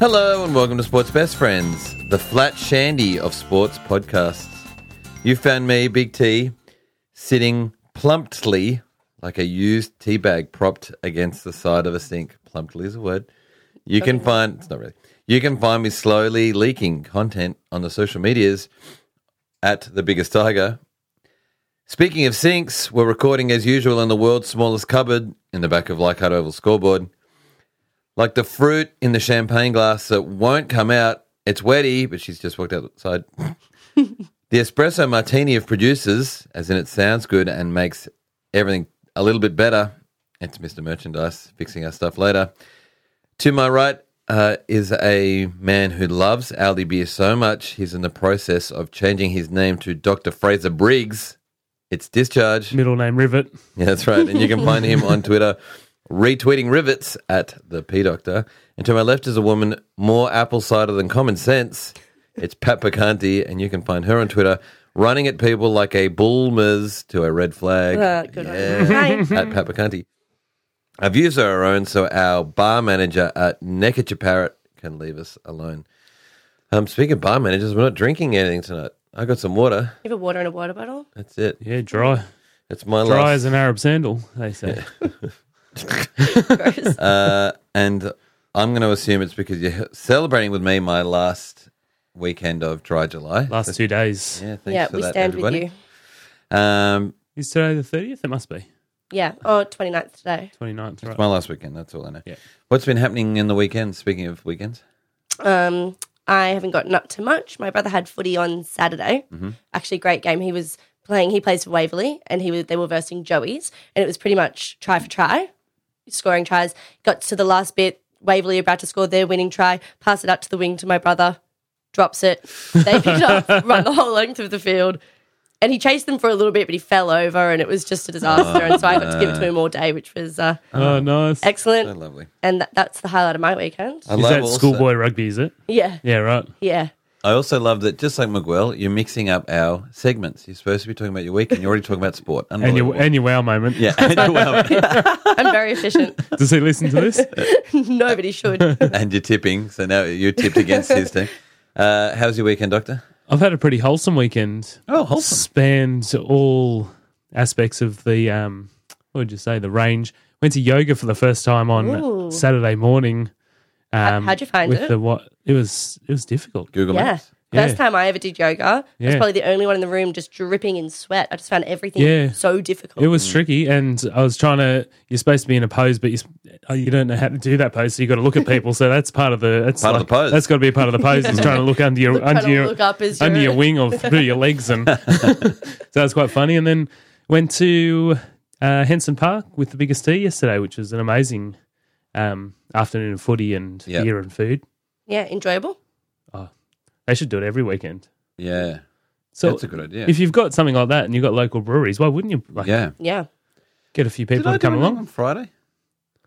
Hello and welcome to Sports Best Friends, the flat shandy of sports podcasts. You found me, Big T, sitting plumptly like a used tea bag propped against the side of a sink. Plumptly is a word. You can find it's not really. You can find me slowly leaking content on the social medias at the biggest tiger. Speaking of sinks, we're recording as usual in the world's smallest cupboard in the back of Leichhardt Oval scoreboard. Like the fruit in the champagne glass that won't come out. It's wetty, but she's just walked outside. the espresso martini of producers, as in it sounds good and makes everything a little bit better. It's Mr. Merchandise fixing our stuff later. To my right uh, is a man who loves Aldi beer so much, he's in the process of changing his name to Dr. Fraser Briggs. It's Discharge. Middle name Rivet. Yeah, that's right. And you can find him on Twitter, retweeting rivets at the P Doctor. And to my left is a woman more apple cider than common sense. It's Pat Picanti, and you can find her on Twitter, running at people like a bullmers to a red flag. Uh, good Yeah. one. Hi. at Pat Picanti. Our views are our own, so our bar manager at Neckitcher Parrot can leave us alone. Um, speaking of bar managers, we're not drinking anything tonight. I got some water. You have a water in a water bottle? That's it. Yeah, dry. It's my Dry last as an Arab sandal, they say. Gross. Uh, and I'm going to assume it's because you're celebrating with me my last weekend of dry July. Last two days. yeah, thanks yeah, for we that, stand everybody. with you. Um, Is today the 30th? It must be. Yeah. Oh, 29th today. 29th, right? it's my last weekend. That's all I know. Yeah. What's been happening in the weekend? Speaking of weekends, Um, I haven't gotten up to much. My brother had footy on Saturday. Mm-hmm. Actually, great game. He was playing. He plays for Waverley, and he was, they were versing Joey's, and it was pretty much try for try, scoring tries. Got to the last bit. Waverley about to score their winning try. Pass it out to the wing to my brother. Drops it. They pick it up, run the whole length of the field. And he chased them for a little bit, but he fell over, and it was just a Oh, disaster. and so I got to give it to him all day, which was uh, Oh, nice. so excellent. lovely. And that, that's the highlight of my weekend. I Is love that also- schoolboy rugby, is it? Yeah, Uh, Yeah, right. yeah. I also love that, just like Miguel, you're mixing up our segments. You're supposed to be talking about your week, and you're already talking about sport. And Unbelievable. your, and your wow moment. yeah, and your, well, I'm very efficient. Does he listen to this? Nobody should. and your tipping. So now you're tipped against his team. Uh, how's your weekend, Doctor? I've had a pretty wholesome weekend. Oh, wholesome. Spanned all aspects of the, um, what would you say, the range. Went to yoga for the first time on Ooh. Saturday morning. Um, how'd you find with it? The, what, it was it was difficult. Google Yeah. Maps. First time I ever did yoga. I was Yeah. probably the only one in the room just dripping in sweat. I just found everything Yeah. so difficult. It was Mm. tricky, and I was trying to. You're supposed to be in a pose, but you oh, you don't know how to do that pose, so you got to look at people. So that's part of the that's Part of like- the pose. That's got to be part of the pose. is trying to look under your Trying under to your look up as under you're- your wing or through your legs, and so that's quite funny. And then went to uh, Henson Park with the biggest tea yesterday, which was an amazing um, afternoon of footy and Yeah. beer and food. yeah, enjoyable. They should do it every weekend. Yeah. So That's a good idea. If you've got something like that and you've got local breweries, why wouldn't you like yeah. Yeah. get a few Did people I to come do along? on Friday?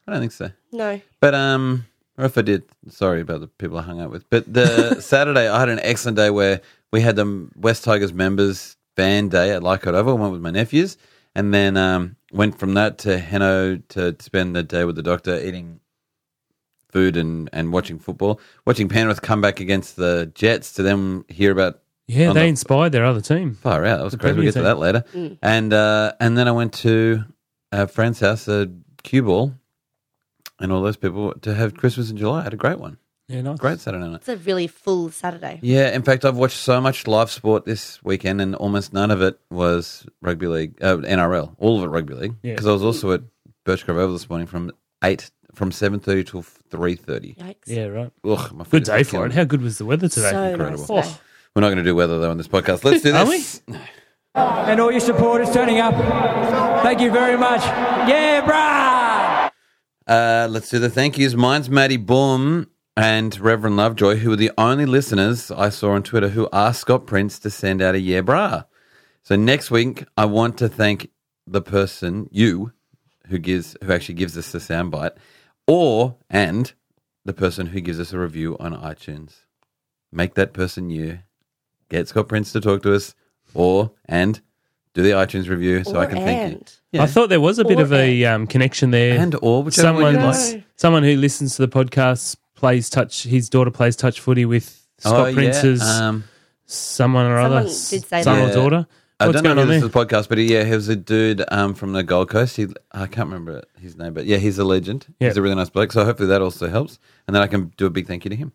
I don't think so. No. But um, or if I did, sorry about the people I hung out with. But the Saturday, I had an excellent day where we had the West Tigers members band day at Leichhardt Oval. Went with my nephews, and then um, went from that to Heno to spend the day with the doctor, eating food and and watching football, watching Penrith come back against the Jets. To then hear about Yeah, on they the- inspired their other team. Far out. That was crazy. We'll Premier get to that later. Mm. And uh, and then I went to a friend's house, a cue ball, and all those people to have Christmas in July. I had a great one. Yeah, nice. Great Saturday night. It's a really full Saturday. Yeah, in fact, I've watched so much live sport this weekend, and almost none of it was rugby league, uh, NRL. All of it rugby league, Yeah. because I was also at Birchgrove Oval this morning from eight, from seven thirty till three thirty. Yikes. Yeah, right. Ugh, my foot Good is day for killing it. me. How good was the weather today? So Incredible. nice. today. We're not going to do weather though on this podcast. Let's do Are this. and all your supporters turning up. Thank you very much. Yeah, brah! Uh, let's do the thank yous. Mine's Maddie Boom and Reverend Lovejoy, who were the only listeners I saw on Twitter who asked Scott Prince to send out a yeah bra. So next week, I want to thank the person you who gives who actually gives us the soundbite, or and the person who gives us a review on iTunes. Make that person you. Get Scott Prince to talk to us, or and do the iTunes Oh, review so I Or can thank you. and. Yeah. I thought there was a bit Or of a um, connection there. And or whichever one someone, you like. s- someone who listens to the podcast plays touch. His daughter plays touch footy with Scott Oh, yeah, Prince's um, someone or Someone other, did s- say son that. or daughter. I What's don't know going if on this there? is the podcast, but yeah, he was a dude um, from the Gold Coast. He, I can't remember his name, but yeah, he's a legend. Yeah. He's a really nice bloke. So hopefully that also helps. And then I can do a big thank you to him.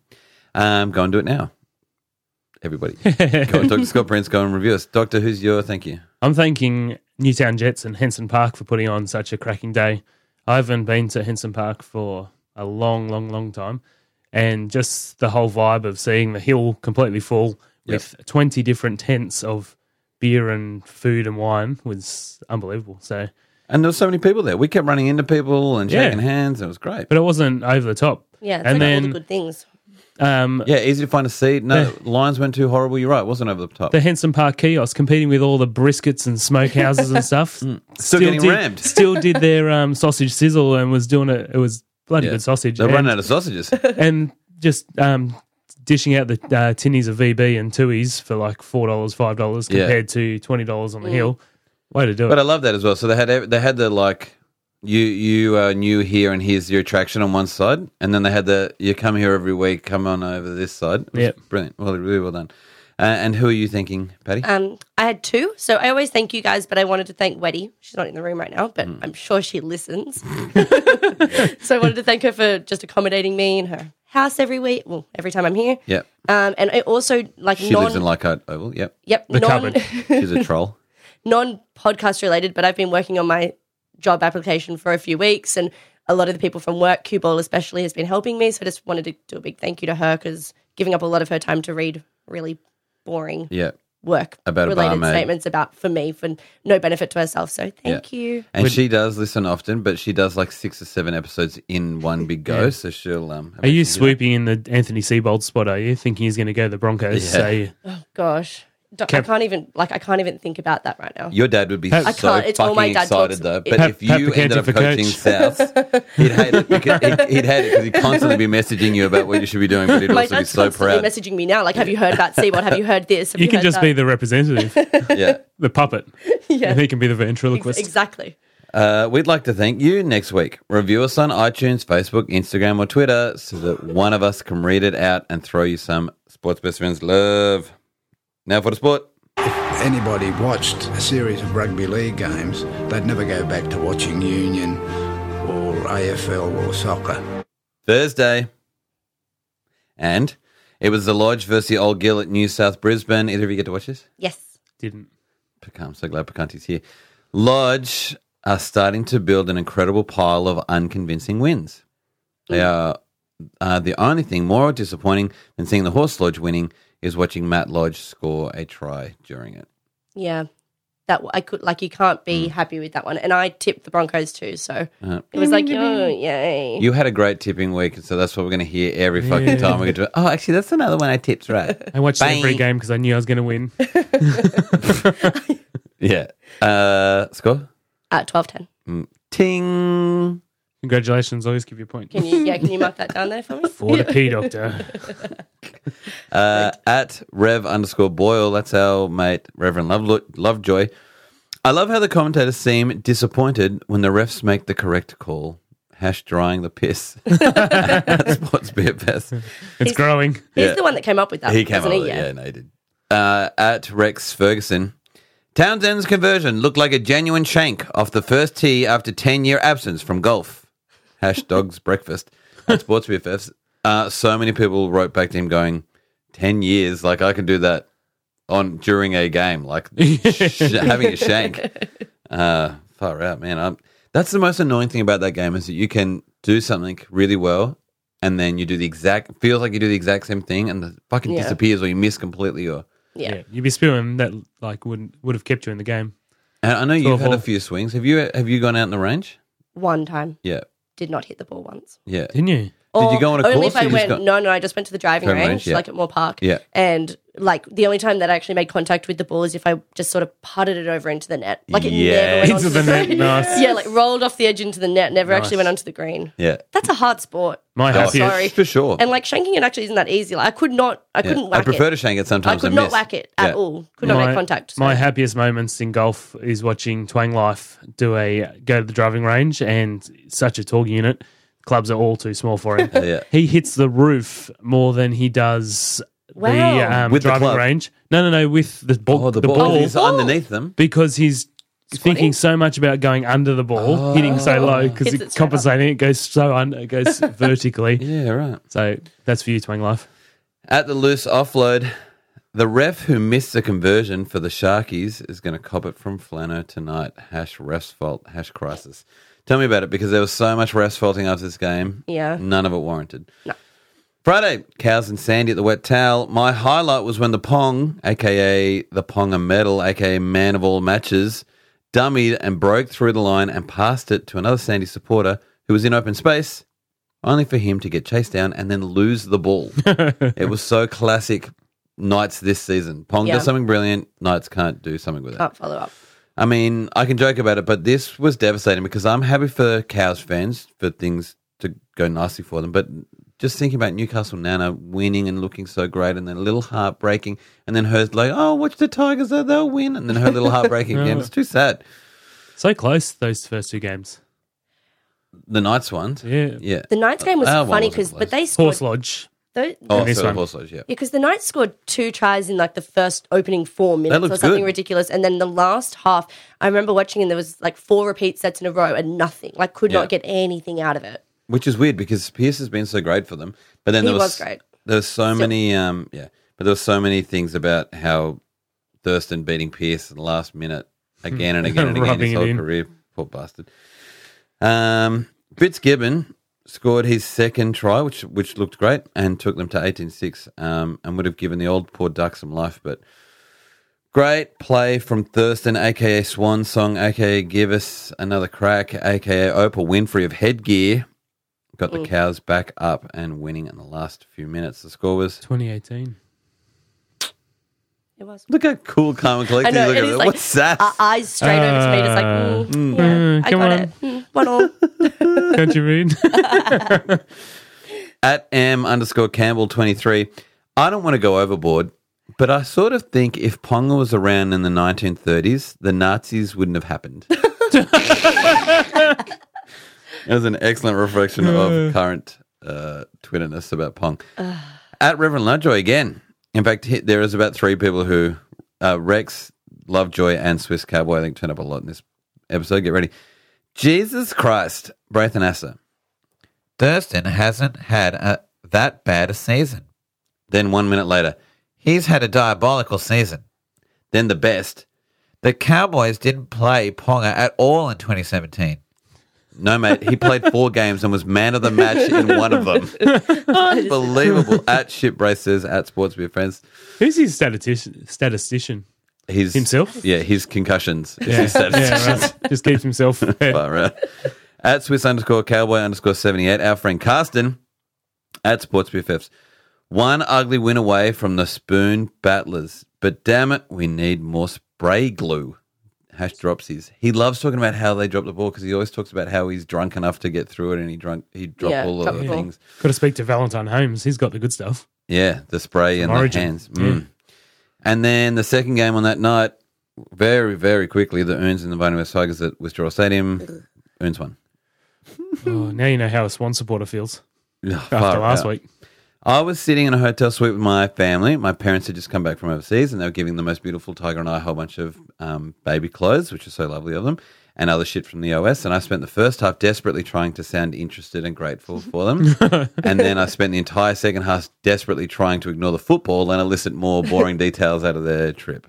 Um, go and do it now. Everybody. go and talk to Scott Prince. Go and review us. Doctor, who's your thank you? I'm thanking Newtown Jets and Henson Park for putting on such a cracking day. I haven't been to Henson Park for a long, long, long time. And just the whole vibe of seeing the hill completely full with 20 different tents of beer and food and wine was unbelievable. So, And there were so many people there. We kept running into people and Yeah. shaking hands. And it was great. but uh, it wasn't over the top. Yeah, it's and like all then the good things. um, Yeah, easy to find a seat. No, lines weren't too horrible. You're right. It wasn't over the top. the Henson Park kiosk competing with all the briskets and smokehouses and stuff. Still, Mm. getting did, rammed. Still did their um, sausage sizzle and was doing it. It was bloody Yeah. good sausage. They're and, running out of sausages. and just um, dishing out the uh, tinnies of VB and twoies for like four dollars, five dollars Yeah. compared to twenty dollars on the hill. Way to do it. But I love that as well. So they had ev- they had the like you you are new here and here's your attraction on one side, and then they had the you come here every week, come on over this side. It was Yep. brilliant. Well, really well done. Uh, and who are you thinking, Patty? Um, I had two, so I always thank you guys, but I wanted to thank Weddy. She's not in the room right now, but I'm sure she listens. so I wanted to thank her for just accommodating me in her house every week. Well, every time I'm here. yep, Um, and I also like she non lives in Leichhardt Oval. Yep, yep The non cupboard. she's a troll. non podcast related, but I've been working on my job application for a few weeks, and a lot of the people from work, Cue Ball especially, has been helping me. So I just wanted to do a big thank you to her because giving up a lot of her time to read really boring Yeah, work About a related barmaid. statements about for me for no benefit to herself. So thank you. and she does listen often, but she does like six or seven episodes in one big go. So she'll um. are imagine you do that. swooping in the Anthony Seabold spot? Are you thinking he's going to go to the Broncos? Yeah. So you- Gosh, Don't- I Kev- can't even like I can't even think about that right now. Your dad would be Pat- I so can't. It's all fucking my dad excited talks- though. it- But Pat- if you Pat ended Buchanan up for coaching South, he'd hate it because he'd, he'd hate it because he'd constantly be messaging you about what you should be doing. But he'd My also be dad's so constantly proud. messaging me now. Like, have you heard about Seaboard? Have you heard this? Have you can heard just that? be the representative, yeah. the puppet. Yeah. And he can be the ventriloquist. Ex- exactly. Uh, we'd like to thank you next week. Review us on iTunes, Facebook, Instagram, or Twitter so that one of us can read it out and throw you some sports best friends love. Now for the sport. anybody watched a series of rugby league games, they'd never go back to watching Union or AFL or soccer. Thursday. And it was the Lodge versus the Old Gill at New South Brisbane. Either of you get to watch this? Yes. Didn't. Picard- I'm so glad Picanti's here. Lodge are starting to build an incredible pile of unconvincing wins. They are uh, the only thing more disappointing than seeing the Horse Lodge winning is watching Matt Lodge score a try during it. Yeah. That I could like you can't be Mm. happy with that one. And I tipped the Broncos too, so Uh, it was like, oh yay. You had a great tipping week, and so that's what we're going to hear every fucking time. We're going to do. Oh, actually, that's another one I tipped right. I watched every Bang. game because I knew I was going to win. yeah. Uh, score. At twelve ten. Ting. Congratulations. I'll always give you a point. Can you yeah, can you mark that down there for me? What a pea doctor. uh, at Rev underscore Boyle. That's our mate, Reverend Love, Lovejoy. I love how the commentators seem disappointed when the refs make the correct call. Hash drying the piss. at Sports Beer Fest. It's growing. He's Yeah. the one that came up with that. He came up wasn't with it. Yeah, no, he did. Uh, at Rex Ferguson. Townsend's conversion looked like a genuine shank off the first tee after 10 year absence from golf. Hash dogs breakfast at Sports BFFs. Uh, so many people wrote back to him going, 10 years, like I can do that on during a game, like sh- having a shank. Uh, far out, man. i that's the most annoying thing about that game is that you can do something really well and then you do the exact, feels like you do the exact same thing and the fucking Yeah. disappears or you miss completely or. Yeah. Yeah, you'd be spewing that like wouldn't would have kept you in the game. And I know you've had a awful. few swings. Have you have you gone out in the range? One time. Yeah, Did not hit the ball once. yeah. Didn't you? Did you Or go on a Oh, only course if or I you just went, got- no, no, I just went to the driving Driving range, range, yeah. like at Moore Park. Yeah. And like the only time that I actually made contact with the ball is if I just sort of putted it over into the net. Like it never Yes. went onto Into the net, green. nice. Yeah, like rolled off the edge into the net, never actually Nice. went onto the green. Yeah. That's a hard sport. My Oh, happiest. sorry. For sure. And like shanking it actually isn't that easy. Like I could not I Yeah. couldn't whack I prefer it. to shank it I sometimes. could and not miss. whack it at Yeah. all. Could not My, make contact. so- my happiest moments in golf is watching Twang Life do a go to the driving range and such a tall unit clubs are all too small for him. Yeah. He hits the roof more than he does the Wow. um, With the driving club. range. No, no, no, with the ball, Oh, the, ball, is ball. underneath them. because he's thinking so much about going under the ball, Oh. hitting so low because it Hits it straight compensating it goes so under, it goes vertically. Yeah, right. So that's for you, Twang Life. At the loose offload, the ref who missed the conversion for the Sharkies is going to cop it from Flano tonight. Hash ref's fault, hash crisis. Tell me about it because there was so much ref's faulting after this game. Yeah. None of it warranted. No. Friday, cows and Sandy at the wet towel. My highlight was when the Pong, aka the Ponga medal, aka man of all matches, dummied and broke through the line and passed it to another Sandy supporter who was in open space, only for him to get chased down and then lose the ball. it was so classic Knights this season. Pong Yeah. does something brilliant, Knights can't do something with it. Can't follow up. I mean, I can joke about it, but this was devastating because I'm happy for Cows fans for things to go nicely for them. But just thinking about Newcastle Nana winning and looking so great and then a little heartbreaking and then hers like, oh, watch the Tigers, they'll- they'll win. And then her little heartbreaking again. It's too sad. So close those first two games. The Knights ones. Yeah. Yeah. The Knights game was Our one funny Oh, wasn't because, close. but they scored. Horse Lodge. tho- Oh, And this so one. Horse Lodge, yeah. Yeah, because the Knights scored two tries in like the first opening four minutes looked or something good. ridiculous. And then the last half, I remember watching and there was like four repeat sets in a row and nothing. Like could Yeah. not get anything out of it. Which is weird because Pierce has been so great for them. But then He there was, was great. There was so many um yeah. But there were so many things about how Thurston beating Pierce in the last minute again and again and again Hmm. Rubbing his it whole in. career. Poor bastard. Um Fitzgibbon scored his second try, which which looked great, and took them to 18-6, um, and would have given the old poor duck some life, but Great play from Thurston, aka Swan Song, aka Give Us Another Crack, aka Opal Winfrey of Headgear. Got Mm. the cows back up and winning in the last few minutes. The score was 2018. It was. look how cool Carmen I Collective know. look at And it. he's like, What's that? our eyes straight over to me. Just like, mm, yeah, I come got on. it. Mm, one all. Don't you mean? At M underscore Campbell twenty three. I don't want to go overboard, but I sort of think if Ponga was around in the nineteen thirties, the Nazis wouldn't have happened. That was an excellent reflection of current uh, Twitterness about Pong. At Reverend Lovejoy again. In fact, he- there is about three people who uh, Rex, Lovejoy, and Swiss Cowboy. I think turn up a lot in this episode. Get ready. Jesus Christ, Braithen Asser. Thurston hasn't had a, that bad a season. Then one minute later, he's had a diabolical season. Then the best. The Cowboys didn't play Ponga at all in 2017. No, mate, he played four games and was man of the match in one of them. Unbelievable. at Shipbrace says, at Sports Beer Friends. Who's his statistician? statistician? His, Himself? Yeah, his concussions. is his statistician. yeah, right. Just keeps himself fed. Far out. At Swiss underscore cowboy underscore 78, our friend Carsten at Sports BFFs. One ugly win away from the Spoon Battlers, but damn it, we need more spray glue. Hash dropsies. He loves talking about how they drop the ball because he always talks about how he's drunk enough to get through it and he drunk he dropped Yeah, all of drop the the ball. things. Got to speak to Valentine Holmes. He's got the good stuff. Yeah, the spray and the Origin. hands. Mm. And then the second game on that night, very, very quickly, the Earns and the Vitamin West Tigers at Withdrawal Stadium. Earns won. Oh, now you know how a Swan supporter feels Ugh, after far last out. week. I was sitting in a hotel suite with my family. My parents had just come back from overseas and they were giving the most beautiful tiger and I a whole bunch of um, baby clothes, which was so lovely of them, and other shit from the OS. And I spent the first half desperately trying to sound interested and grateful for them. and then I spent the entire second half desperately trying to ignore the football and elicit more boring details out of their trip.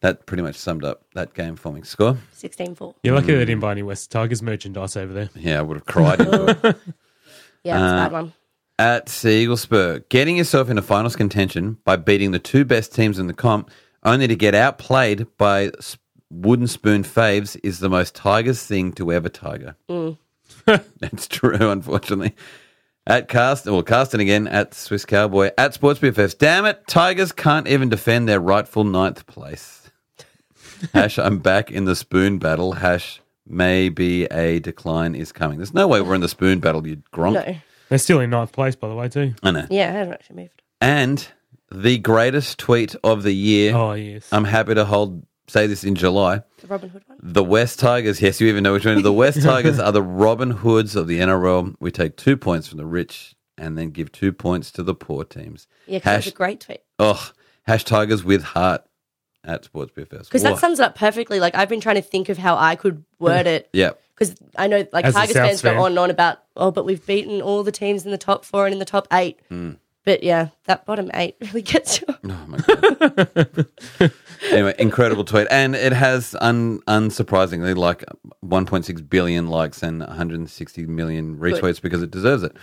That pretty much summed up that game forming score. 16 4. You're lucky Mm. they didn't buy any West Tigers merchandise over there. Yeah, I would have cried into it. Yeah, it's a Uh, bad one. at Seaglesburg, getting yourself into finals contention by beating the two best teams in the comp, only to get outplayed by s- wooden spoon faves, is the most Tigers thing to ever Tiger. That's true, unfortunately. At Carsten, well, Carsten again, at Swiss Cowboy, at Sports BFFs. Damn it, Tigers can't even defend their rightful ninth place. Hash, I'm back in the spoon battle. Hash, maybe a decline is coming. There's no way we're in the spoon battle, you gronk. No. They're still in ninth place, by the way, too. I know. Yeah, I haven't actually moved. And the greatest tweet of the year. Oh, yes. Uh, I'm happy to hold say this in July. The Robin Hood one. The West Tigers, yes, you even know which one. The West Tigers are the Robin Hoods of the NRL. We take two points from the rich and then give two points to the poor teams. Yeah, because that was Hash- a great tweet. Oh, hash Tigers with heart at Sports Beer Fest. Because Whoa. that sums it up perfectly. Like I've been trying to think of how I could word it. yeah. Because I know like As a Tigers Souths fans fan. go on and on about, oh, but we've beaten all the teams in the top four and in the top eight. Hmm. But yeah, that bottom eight really gets you. Oh my god. anyway, incredible tweet, and it has un unsurprisingly like 1.6 billion likes and 160 million retweets because it deserves it.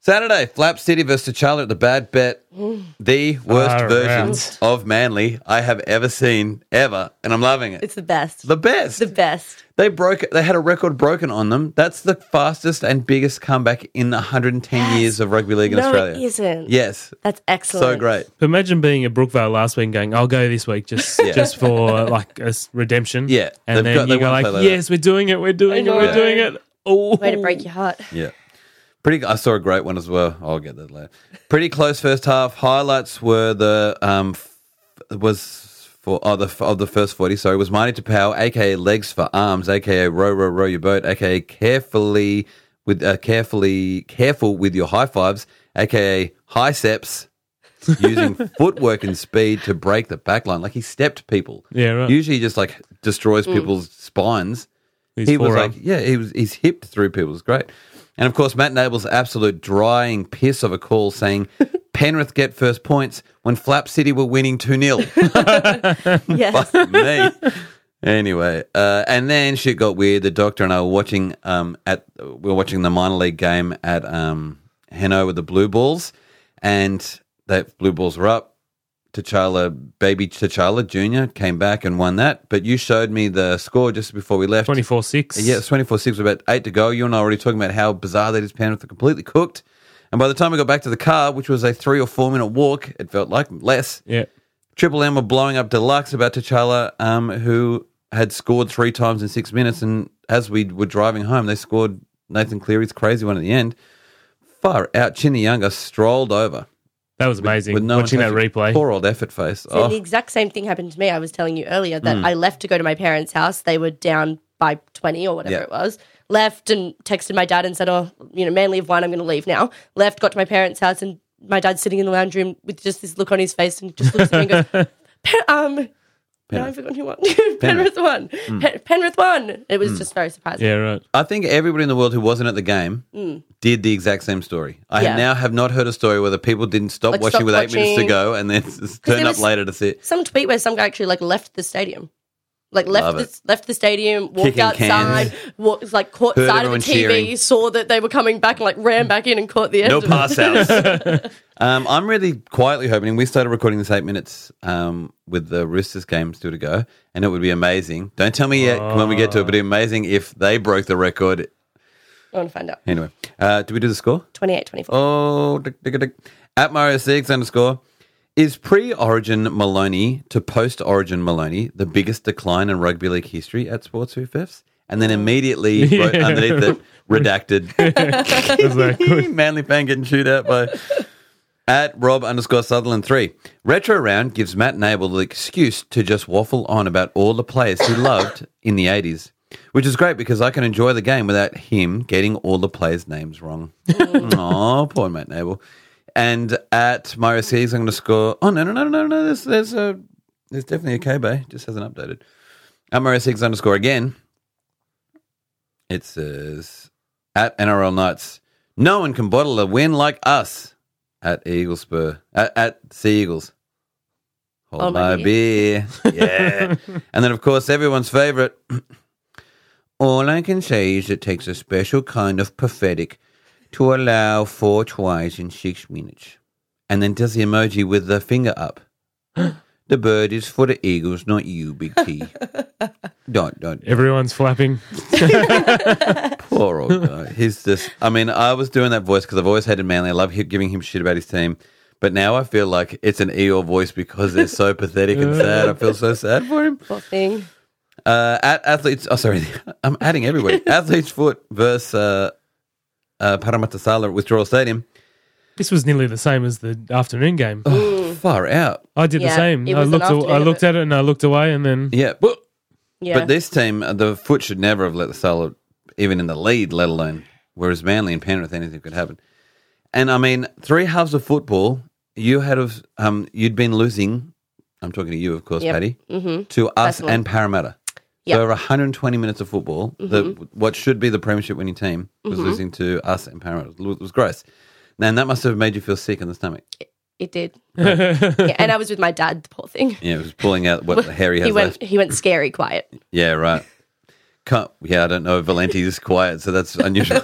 Saturday, Flap City versus Charlotte at the Bad Bet, the worst Far versions of Manly I have ever seen ever, and I'm loving it. It's the best. the best. the best. they broke. They had a record broken on them. That's the fastest and biggest comeback in 110 years of rugby league in no, Australia. it isn't. Yes, That's excellent. so great. But imagine being at Brookvale last week and going, I'll go this week just Yeah. just for like a s- redemption. Yeah. And They've then got- they you go wanna like, play like that. yes, we're doing it, we're doing it, know. we're Yeah. doing it. Oh. Way to break your heart. Yeah. Pretty. I saw a great one as well. I'll get that later. Pretty close first half. Highlights were the um f- was for oh, the of the first forty. Sorry, was Marty Tapau, aka Legs for Arms, aka Row Row Row Your Boat, aka Carefully with uh, Carefully Careful with Your High Fives, aka High Steps, using footwork and speed to break the back line. Like he stepped people. Yeah, right. Mm. Usually, he just like destroys people's spines His he was forearm. like, yeah, he was he's hipped through people. It's great. And of course, Matt Nable's absolute drying piss of a call saying, Penrith get first points when Flap City were winning 2 0. Yes. Me. Anyway, uh, and then shit got weird. The doctor and I were watching um, at we were watching the minor league game at um, Heno with the Blue Balls, and that Blue Balls were up. T'Challa, baby T'Challa Junior, came back and won that. But you showed me the score just before we left. 24 6. Yeah, it's 24 6, about eight to go. You and I were already talking about how bizarre that is. Penrith are completely cooked. And by the time we got back to the car, which was a three or four minute walk, it felt like less. Yeah. Triple M were blowing up deluxe about T'Challa, um, who had scored three times in six minutes. And as we were driving home, they scored Nathan Cleary's crazy one at the end. Far out. Chinyanga strolled over. That was amazing. with no Watching that intention. replay. Poor old effort face. So oh, Hmm. the exact same thing happened to me. I was telling you earlier that I left to go to my parents' house. They were down by 20 or whatever Yeah. it was. Left and texted my dad and said, Oh, you know, Manly have won. I'm going to leave now. Left, got to my parents' house, and my dad's sitting in the lounge room with just this look on his face and just looks at me and goes, "Pe- Um, no, I've forgotten who won. Penrith won. Hmm. Pe- Penrith won. It was just very surprising. Yeah, right. I think everybody in the world who wasn't at the game did the exact same story. I Mm. Yeah. now have not heard a story where the people didn't stop Like, watching stop with eight minutes to watching. go and then turned there up was- later to see it. Some tweet where some guy actually like left the stadium. Like Love left it. the, left the stadium, walked Kicking outside, walked like caught Heard side of the everyone TV, cheering. saw that they were coming back and like ran back in and caught the end. No of it. pass outs. um, I'm really quietly hoping we started recording this eight minutes um, with the Roosters game still to go, and it would be amazing. Don't tell me yet when we get to it, but it'd be amazing if they broke the record. I want to find out. Anyway, uh, do we do the score? 28, 24. Oh, dick, dick, dick. at Mario Six underscore. Is pre origin Maloney to post origin Maloney the biggest decline in rugby league history at Sports Who Fifths? And then immediately wrote underneath it, redacted. Manly fan getting chewed out by at Rob underscore Sutherland three. Retro round gives Matt Nable the excuse to just waffle on about all the players he loved in the eighties, which is great because I can enjoy the game without him getting all the players' names wrong. Oh, poor Matt Nable. And at Mario C's underscore. Oh no no no no no. There's there's a there's definitely a K Bay. Just hasn't updated. At Mario Six underscore again. It says at NRL Knights. No one can bottle a win like us at Eagle Spur at, at Sea Eagles. Hold Oh, my, my beer, yeah. and then, of course, everyone's favorite. All I can say is it takes a special kind of prophetic to allow four tries in six minutes. And then does the emoji with the finger up. the bird is for the eagles, not you, Big T. dot dot Everyone's flapping. Poor old guy. He's just. I mean, I was doing that voice because I've always hated Manly. I love he- giving him shit about his team, but now I feel like it's an Eeyore voice because they're so pathetic and sad. I feel so sad for him. Poor thing. Uh, at athletes. Oh, sorry. I'm adding everywhere. athletes foot versus uh, uh, Parramatta Sala at Withdrawal Stadium. This was nearly the same as the afternoon game. far out. I did the Uh, Yeah, same. it I was an looked, aw- I afternoon of looked it. at it and I looked away, and then Yeah. But, Yeah. but this team, uh, the foot should never have let the Sailor even in the lead, let alone. Whereas Manly and Penrith, anything could happen. And I mean, three halves of football, you had of um, you'd been losing. I'm talking to you, of course, Yep. Mm-hmm. Paddy, to us Personally. and Parramatta. Yep. So over 120 minutes of football, the, Mm-hmm. what should be the premiership winning team was losing to us and Parramatta. It was- It was gross. And that must have made you feel sick in the stomach. it did. yeah, and I was with my dad, the poor thing. Yeah, it was pulling out what Harry has he went left. he went scary quiet. Yeah, right. Con- yeah, I don't know. Valenti's quiet, so that's unusual.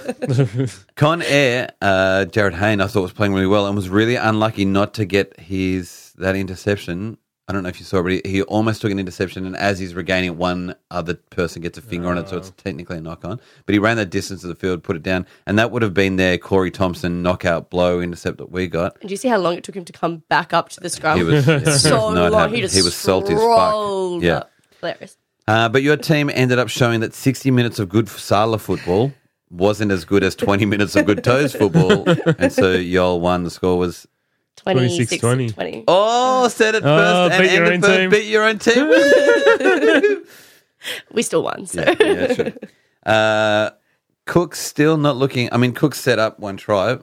Con Air, uh, Jared Hayne, I thought was playing really well and was really unlucky not to get his that interception. I don't know if you saw, but he, he almost took an interception, and as he's regaining it, one other person gets a finger on it, so it's technically a knock on. But he ran the distance of the field, put it down, and that would have been their Corey Thompson knockout blow intercept that we got. And do you see how long it took him to come back up to the scrum? He was, he was Oh. so not long. happy. He just He was salty as fuck. strolled Yeah. up. Hilarious. Uh, but your team ended up showing that 60 minutes of good Sala football wasn't as good as 20 minutes of good toes football. And so y'all won. The score was, 26, 20. 20. oh, said it first Oh, and beat your ended own first, team. beat your own team. We still won. So. yeah, yeah, sure. Uh, Cook's still not looking. I mean, Cook set up one try.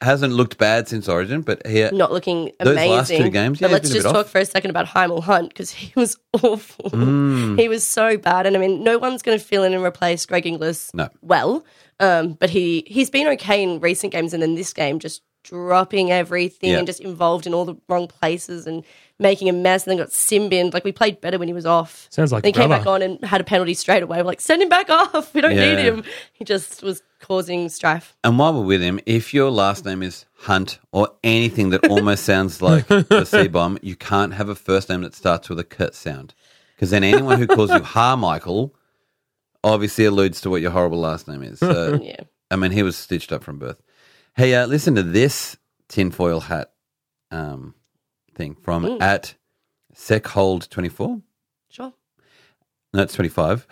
Hasn't looked bad since Origin, but here, Not looking Those amazing. last two games, yeah, but let's he's been a just bit talk off. for a second about Heimel Hunt because he was awful. Mm. He was so bad, and I mean, no one's going to fill in and replace Greg Inglis No. well. Um, but he he's been okay in recent games, and then this game just dropping everything Yeah. and just involved in all the wrong places and making a mess, and then got simbined. Like we played better when he was off. Sounds like then came brother. back on and had a penalty straight away. We're like, send him back off. We don't Yeah. need him. He just was causing strife. And while we're with him, if your last name is Hunt or anything that almost sounds like the C bomb, you can't have a first name that starts with a Kurt sound. Because then anyone who calls you Harmichael obviously alludes to what your horrible last name is. So, Yeah. I mean, he was stitched up from birth. Hey, uh, listen to this tinfoil hat um, thing from at Sechold24. Sure. No, it's 25.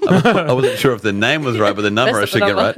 I wasn't sure if the name was right, but the number I That's should the get right.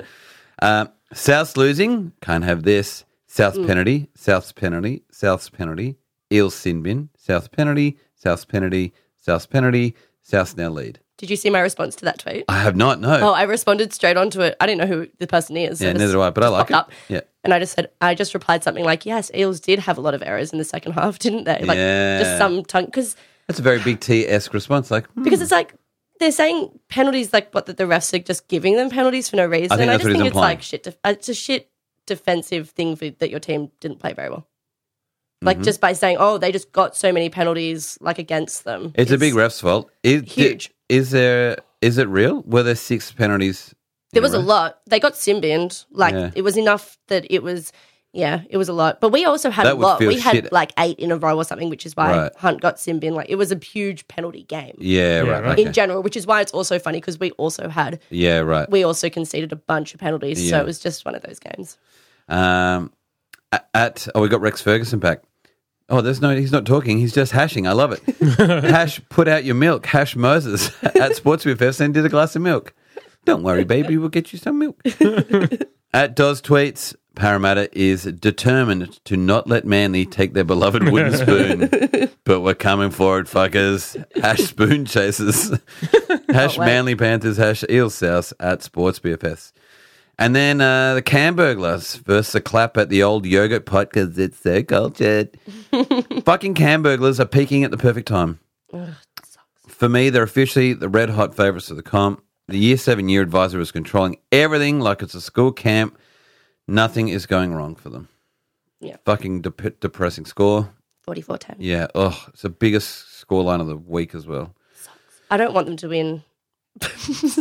number. Um, South's losing. Can't have this. South's Mm. penalty. South's penalty. South's penalty. Eel Sinbin. South's penalty. South's penalty. South's penalty. South's now lead. Did you see my response to that tweet? I have not, Oh, no. I responded straight onto it. I didn't know who the person is. yeah, It just- neither do I, but I just like popped it. up. Yeah. And I just said, I just replied something like, yes, Eels did have a lot of errors in the second half, didn't they? Like, Yeah. just some tongue. Because That's a very big T esque response. Like, hmm. because it's like they're saying penalties, like, what, that the refs are just giving them penalties for no reason. I think and I that's just what he's think it's implying. like shit. Def- uh, it's a shit defensive thing for, that your team didn't play very well. Mm-hmm. Like, just by saying, oh, they just got so many penalties, like, against them. it's, a big ref's fault. Is, di- Huge. Is there, is it real? Were there six penalties? There was a row? lot. They got simbined. Like Yeah. it was enough that it was. Yeah, it was a lot. But we also had That a would lot. feel We had shit. like eight in a row or something, which is why Right. Hunt got simbined. Like it was a huge penalty game Yeah, Yeah, right. right. Okay. in general, which is why it's also funny because we also had yeah, right. we also conceded a bunch of penalties. Yeah. So it was just one of those games. Um, a- at oh, we got Rex Ferguson back. Oh, there's no, he's not talking. He's just hashing. I love it. Hash, put out your milk. Hash Moses at Sportsview Fest and did a glass of milk. Don't worry, baby. We'll get you some milk. at Doz tweets, Parramatta is determined to not let Manly take their beloved wooden spoon, but we're coming for it, fuckers. Hash spoon chasers. hash wait. Manly Panthers. Hash Eel South at Sports BFS. And then uh, the Camburglers versus the clap at the old yogurt pot because it's their culture. Fucking Camburglers are peaking at the perfect time. For me, they're officially the red hot favourites of the comp. The year seven year advisor is controlling everything like it's a school camp. Nothing is going wrong for them. Yeah. Fucking dep depressing score. Forty-four ten. Yeah. Oh, it's the biggest scoreline of the week as well. I don't want them to win.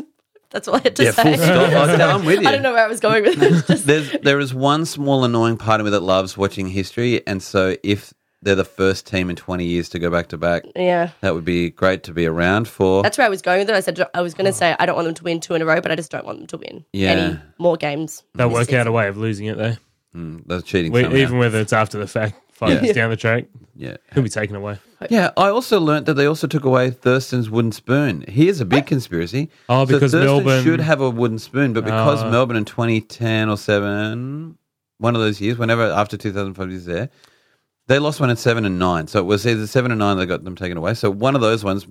That's all I had to yeah. say. Full stop. Okay, I'm with you. I don't know where I was going with this. Just There's there is one small annoying part of me that loves watching history, and so if they're the first team in 20 years to go back to back, yeah. that would be great to be around for. That's where I was going with it. I said I was going to say I don't want them to win two in a row, but I just don't want them to win Oh. Yeah. any more games. they'll work season. out a way of losing it though. Mm, that's cheating. We, somehow. even whether it's after the fact, five Yeah. years down the track, yeah. he'll be taken away. Yeah, I also learnt that they also took away Thurston's wooden spoon. Here's a big conspiracy. Oh, because so Thurston Melbourne- should have a wooden spoon, but because Oh. Melbourne in 2010 or seven, one of those years, whenever after 2005 is there, They lost one at seven and nine, so it was either seven and nine they got them taken away. So one of those ones,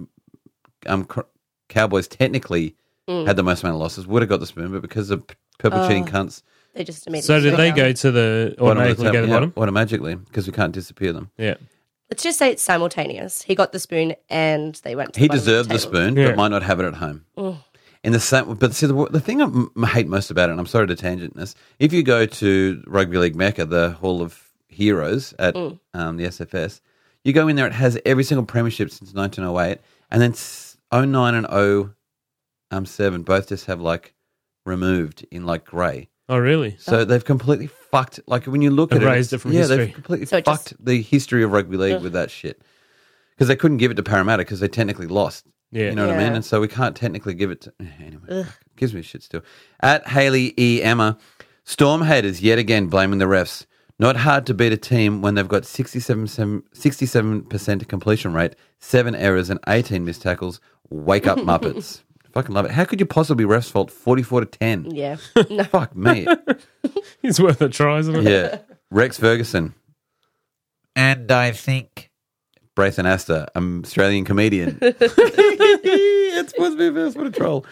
um, C- Cowboys technically had the most amount of losses, would have got the spoon, but because of p- purple cheating cunts, They just immediately. So did shut they down. go to the bottom of automatically tab- go to the yeah, bottom? automatically because we can't disappear them. Yeah. Let's just say it's simultaneous. He got the spoon and they went. To He the bottom of deserved the, table. spoon, Yeah. but might not have it at home. And the same, but see, the, the thing I m- hate most about it, and I'm sorry to tangent this, if you go to Rugby League Mecca, the Hall of Heroes at um, the SFS, you go in there, it has every single premiership since 1908, and then s- 09 and 07 both just have like removed in like grey. Oh, really? So they've completely fucked. Like when you look at Erased it, it from yeah, history. they've completely So it fucked just- the history of rugby league with that shit because they couldn't give it to Parramatta because they technically lost. Yeah. you know what I Yeah. mean. And so we can't technically give it to anyway. fuck, Gives me shit still. At Haley E Emma, Storm haters yet again blaming the refs. Not hard to beat a team when they've got 67 percent completion rate, seven errors, and eighteen missed tackles. Wake up, Muppets! Fucking love it. How could you possibly refs fault forty four to ten? Yeah. Fuck me. It's worth a try, isn't it? Yeah. Rex Ferguson, And I think Braithen Astor, an Australian comedian. it's supposed to be first. What a troll.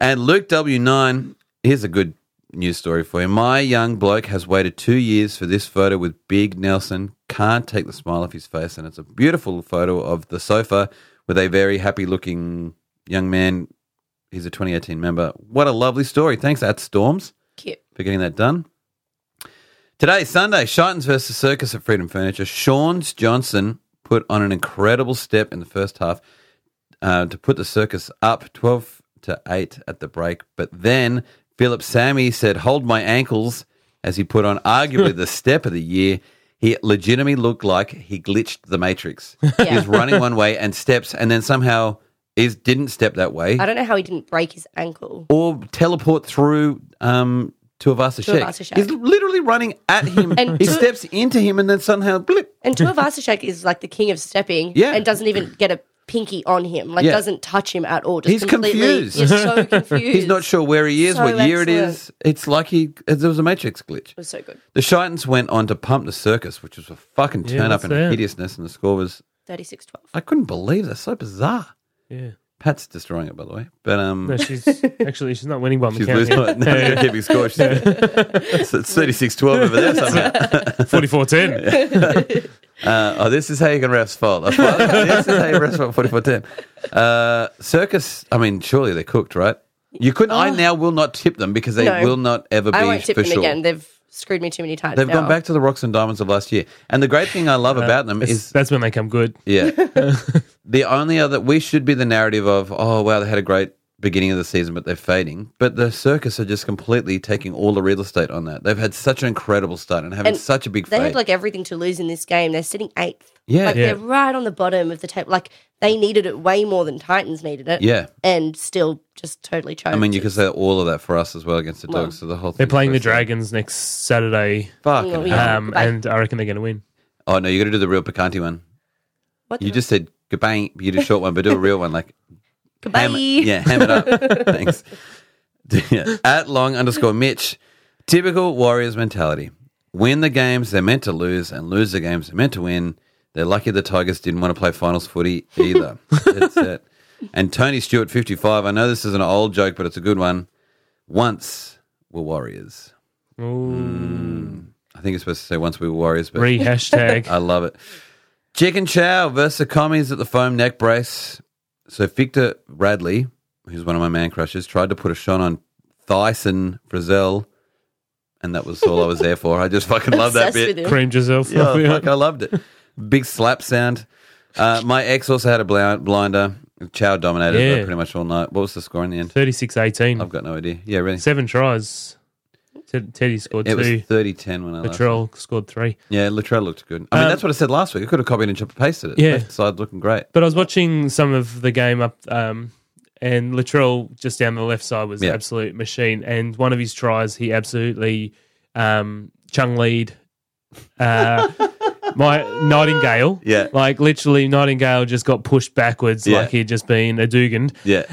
And Luke W9, here's a good news story for you. My young bloke has waited two years for this photo with Big Nelson. Can't take the smile off his face. And it's a beautiful photo of the sofa with a very happy looking young man. He's a 2018 member. What a lovely story. Thanks, at Storms. Cute. for getting that done. Today, Sunday, Shitons versus Circus at Freedom Furniture. Sean's Johnson put on an incredible step in the first half uh, to put the circus up 12 to 8 at the break. But then Philip Sammy said, Hold my ankles, as he put on arguably the step of the year. He legitimately looked like he glitched the Matrix. He was running one way and steps, and then somehow is didn't step that way I don't know how he didn't break his ankle. or teleport through um, to Avasa To Sheikh. Avasa Shek. He's literally running at him. And he to- steps into him and then somehow blip. And Tua Vasashek is like the king of stepping Yeah. and doesn't even get a pinky on him. Like Yeah. doesn't touch him at all. Just He's completely, confused. He's so confused. He's not sure where he is, So what year it excellent. is. It's like he there was a Matrix glitch. It was so good. The Shitans went on to pump the circus, which was a fucking Yeah, turn up what's in that? hideousness, and the score was Thirty six twelve. I couldn't believe that. So bizarre. Yeah. Pat's destroying it, by the way. But um, No, she's actually she's not winning by the she's count losing. here. it. No, she's keeping score. She's, it's 36-12 over there somehow. 44 10. Uh, oh, this is how you can refs fault. this is how you refs fault 4410. Uh, circus, I mean, surely they're cooked, right? You couldn't, I now will not tip them because they Oh. No. will not ever be I won't tip for them sure. again. They've screwed me too many times. They've now. gone back to the rocks and diamonds of last year. And the great thing I love about them It's- is, That's when they come good. yeah, the only other, we should be the narrative of, oh, wow, they had a great beginning of the season, but they're fading. But the circus are just completely taking all the real estate on that. They've had such an incredible start and having And such a big They fade. had like everything to lose in this game. They're sitting eighth. Yeah. like Yeah. they're right on the bottom of the table. Like they needed it way more than Titans needed it. Yeah. and still just totally chose. I mean, you could say all of that for us as well against the Well, dogs. So the whole They're playing the dragon. Dragons next Saturday, Fucking Well, yeah. hell. um, Goodbye. and I reckon they're going to win. Oh, no, you got to do the real Picanti one. What You the- just said kabang, but you did a short one, but do a real one. Like, Goodbye. ham, yeah, ham it up. Thanks. Yeah. At long underscore Mitch, typical Warriors mentality. Win the games they're meant to lose and lose the games they're meant to win. They're lucky the Tigers didn't want to play finals footy either. That's it. And Tony Stewart, 55. I know this is an old joke, but it's a good one. Once were Warriors. I think it's supposed to say once we were Warriors, but Re hashtag. I love it. Chicken Chow versus the commies at the foam neck brace. So Victor Radley, who's one of my man crushes, tried to put a shot on Thyson Frizzell, and that was all I was there for. I just fucking love that Obsessed bit. with him. Creamed yourself. Yeah, fuck, I loved it. Big slap sound. Uh, my ex also had a bl- blinder. Chow dominated uh, Yeah. pretty much all night. What was the score in the end? 36 I've 18. got no idea. Yeah, really. Seven tries. Ted- Teddy scored It was two. 30-10 when I last. Latrell scored three. Yeah, Latrell looked good. I mean, that's what I said last week. I could have copied and chop- pasted it. Um, Yeah. Left side looking great. But I was watching some of the game up, um, and Latrell just down the left side was Yeah. an absolute machine. And one of his tries, he absolutely um, Chung lead. Uh, my Nightingale, Yeah. like literally Nightingale just got pushed backwards Yeah. like he'd just been a Dugan, Yeah.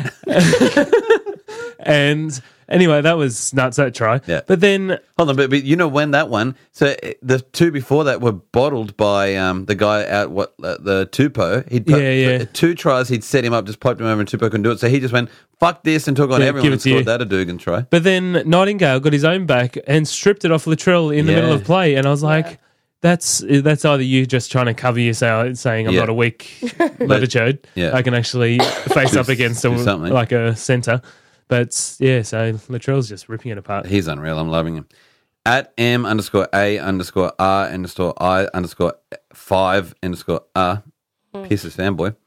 and Anyway, that was nuts. That try. Yeah. But then Hold on, but, but you know when that one? So uh, the two before that were bottled by um, the guy out what uh, the Tupo. He'd put- Yeah, yeah. uh, Two tries he'd set him up, just piped him over, and Tupo couldn't do it. So he just went fuck this and took on Yeah, everyone give it and to scored you. that a Dugan try. But then Nightingale got his own back and stripped it off Latrell in the Yeah. middle of play, and I was like, "That's that's either you just trying to cover yourself, saying I'm Yeah. not a weak latitude. Yeah. I can actually face up against a, do something. like a center." But yeah, so Latrell's just ripping it apart. He's unreal. I'm loving him. At M underscore A underscore R underscore I underscore five underscore R. Pisses fanboy.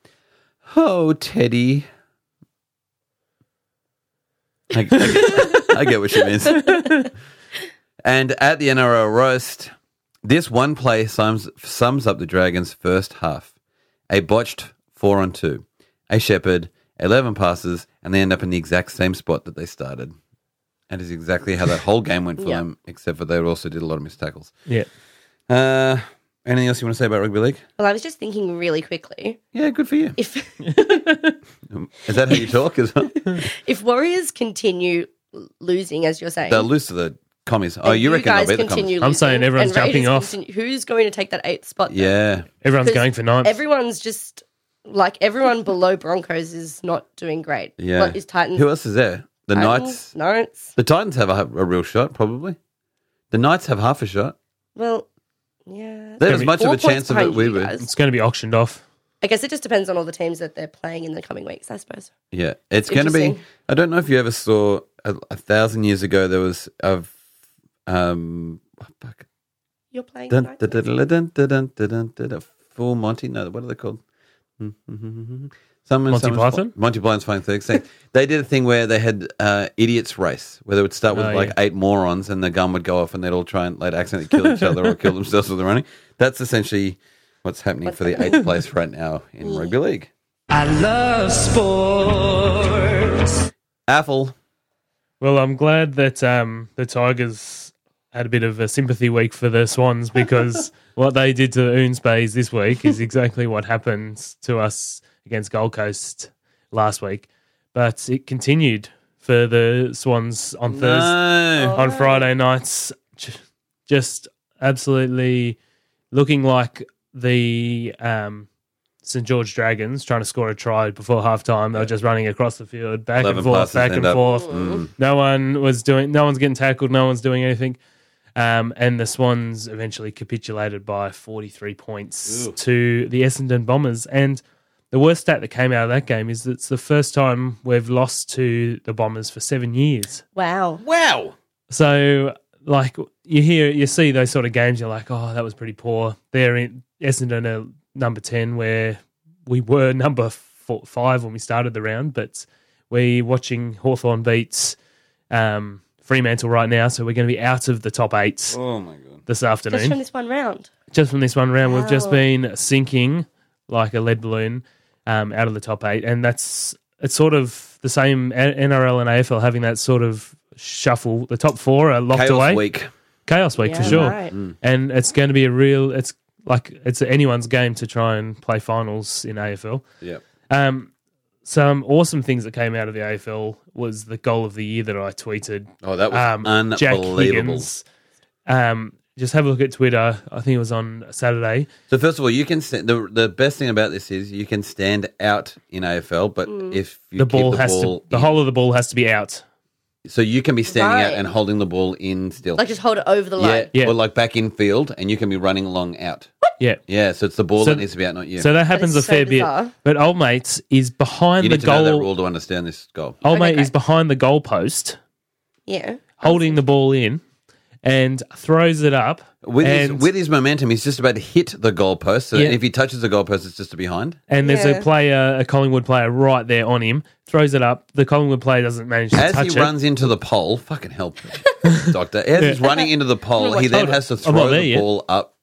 Oh, Teddy. I, I get, I get what she means. and at the NRL roast, this one play sums, sums up the Dragons' first half. A botched four on two, a Shepherd, 11 passes, and they end up in the exact same spot that they started. That is exactly how that whole game went for Yeah. them, except for they also did a lot of missed tackles. Yeah, Uh, anything else you want to say about rugby league? Well, I was just thinking really quickly. Yeah, good for you. If Is that how you talk as well? if Warriors continue l- losing, as you're saying, They'll lose to the commies. Oh, and you reckon guys they'll beat the commies? continue I'm saying losing, everyone's and Raiders jumping off. continue- who's going to take that eighth spot? then? Yeah. everyone's 'Cause going for ninth. everyone's just like everyone below Broncos is not doing great. Yeah. What is Titans? Who else is there? The Knights. Titans, Knights. The Titans have a, a real shot, probably. The Knights have half a shot. Well, yeah. They There's have as much of four a points chance of it behind we you would. guys. it's going to be auctioned off. I guess it just depends on all the teams that they're playing in the coming weeks, I suppose. Yeah, it's going to be. Interesting. I don't know if you ever saw a, a thousand years ago. There was a um, oh, fuck. You're playing. Dun, tonight? dun, dun, dun, dun, dun, dun, dun, dun, dun. full Monty. No, what are they called? Hmm, Someone, Monty someone's- Python? Monty Python's funny thing. So They did a thing where they had uh, idiots race, where they would start with Oh, like eight morons, and the gun would go off, and they'd all try and like accidentally kill each other or kill themselves with the running. That's essentially what's happening for the eighth place right now in rugby league. I love sports. Apple. Well, I'm glad that um, the Tigers had a bit of a sympathy week for the Swans because what they did to the Oons Bays this week is exactly what happened to us against Gold Coast last week. But it continued for the Swans on Thursday, No. on Friday nights, j- just absolutely looking like the um, St George Dragons trying to score a try before halftime. They were just running across the field, back Eleven and forth, passes back end and up. Mm. forth. No one was doing. No one's getting tackled. No one's doing anything. Um, and the Swans eventually capitulated by 43 points to the Essendon Bombers. And the worst stat that came out of that game is that it's the first time we've lost to the Bombers for seven years. Wow. Wow. So, like, you hear, you see those sort of games, you're like, oh, that was pretty poor. They're in Essendon are number 10, where we were number four, five when we started the round, but we're watching Hawthorn beats um, Fremantle right now, so we're going to be out of the top eight Oh my god. this Just afternoon. from this one round. Just from this one round, we've just Wow. been sinking like a lead balloon um, out of the top eight, and that's it's sort of the same N- NRL and AFL having that sort of shuffle. The top four are locked Chaos away. week. Chaos week for Yeah, sure, right. Hmm. and it's going to be a real. It's like it's anyone's game to try and play finals in AFL. Yep. Um, some awesome things that came out of the AFL was the goal of the year that I tweeted Oh, that was um, Jack unbelievable. Higgins. Um, just have a look at Twitter. I think it was on Saturday. So first of all, you can stand, the the best thing about this is you can stand out in AFL, but Mm. if you The keep ball has ball to. The in- whole of the ball has to be out. so you can be standing out Right. and holding the ball in still, Like just hold it over the yeah, line. Yeah. or like back in field, and you can be running along out. Yeah. Yeah, so it's the ball So- that needs to be out, not you. So that happens a is so fair bizarre. bit. But old mates is behind you the need to know that goal. rule to understand this goal. Old Okay, mate is great. behind the goalpost, Yeah. holding the ball in, and throws it up. With his, and with his momentum, he's just about to hit the goalpost. So Yeah. if he touches the goalpost, it's just a behind. and there's Yeah. a player, a Collingwood player, right there on him. Throws it up. The Collingwood player doesn't manage to As touch he it. runs into the pole, fucking help, doctor. As he's running into the pole, he then Hold it. has to I'm not throw Oh, there the yet. ball up.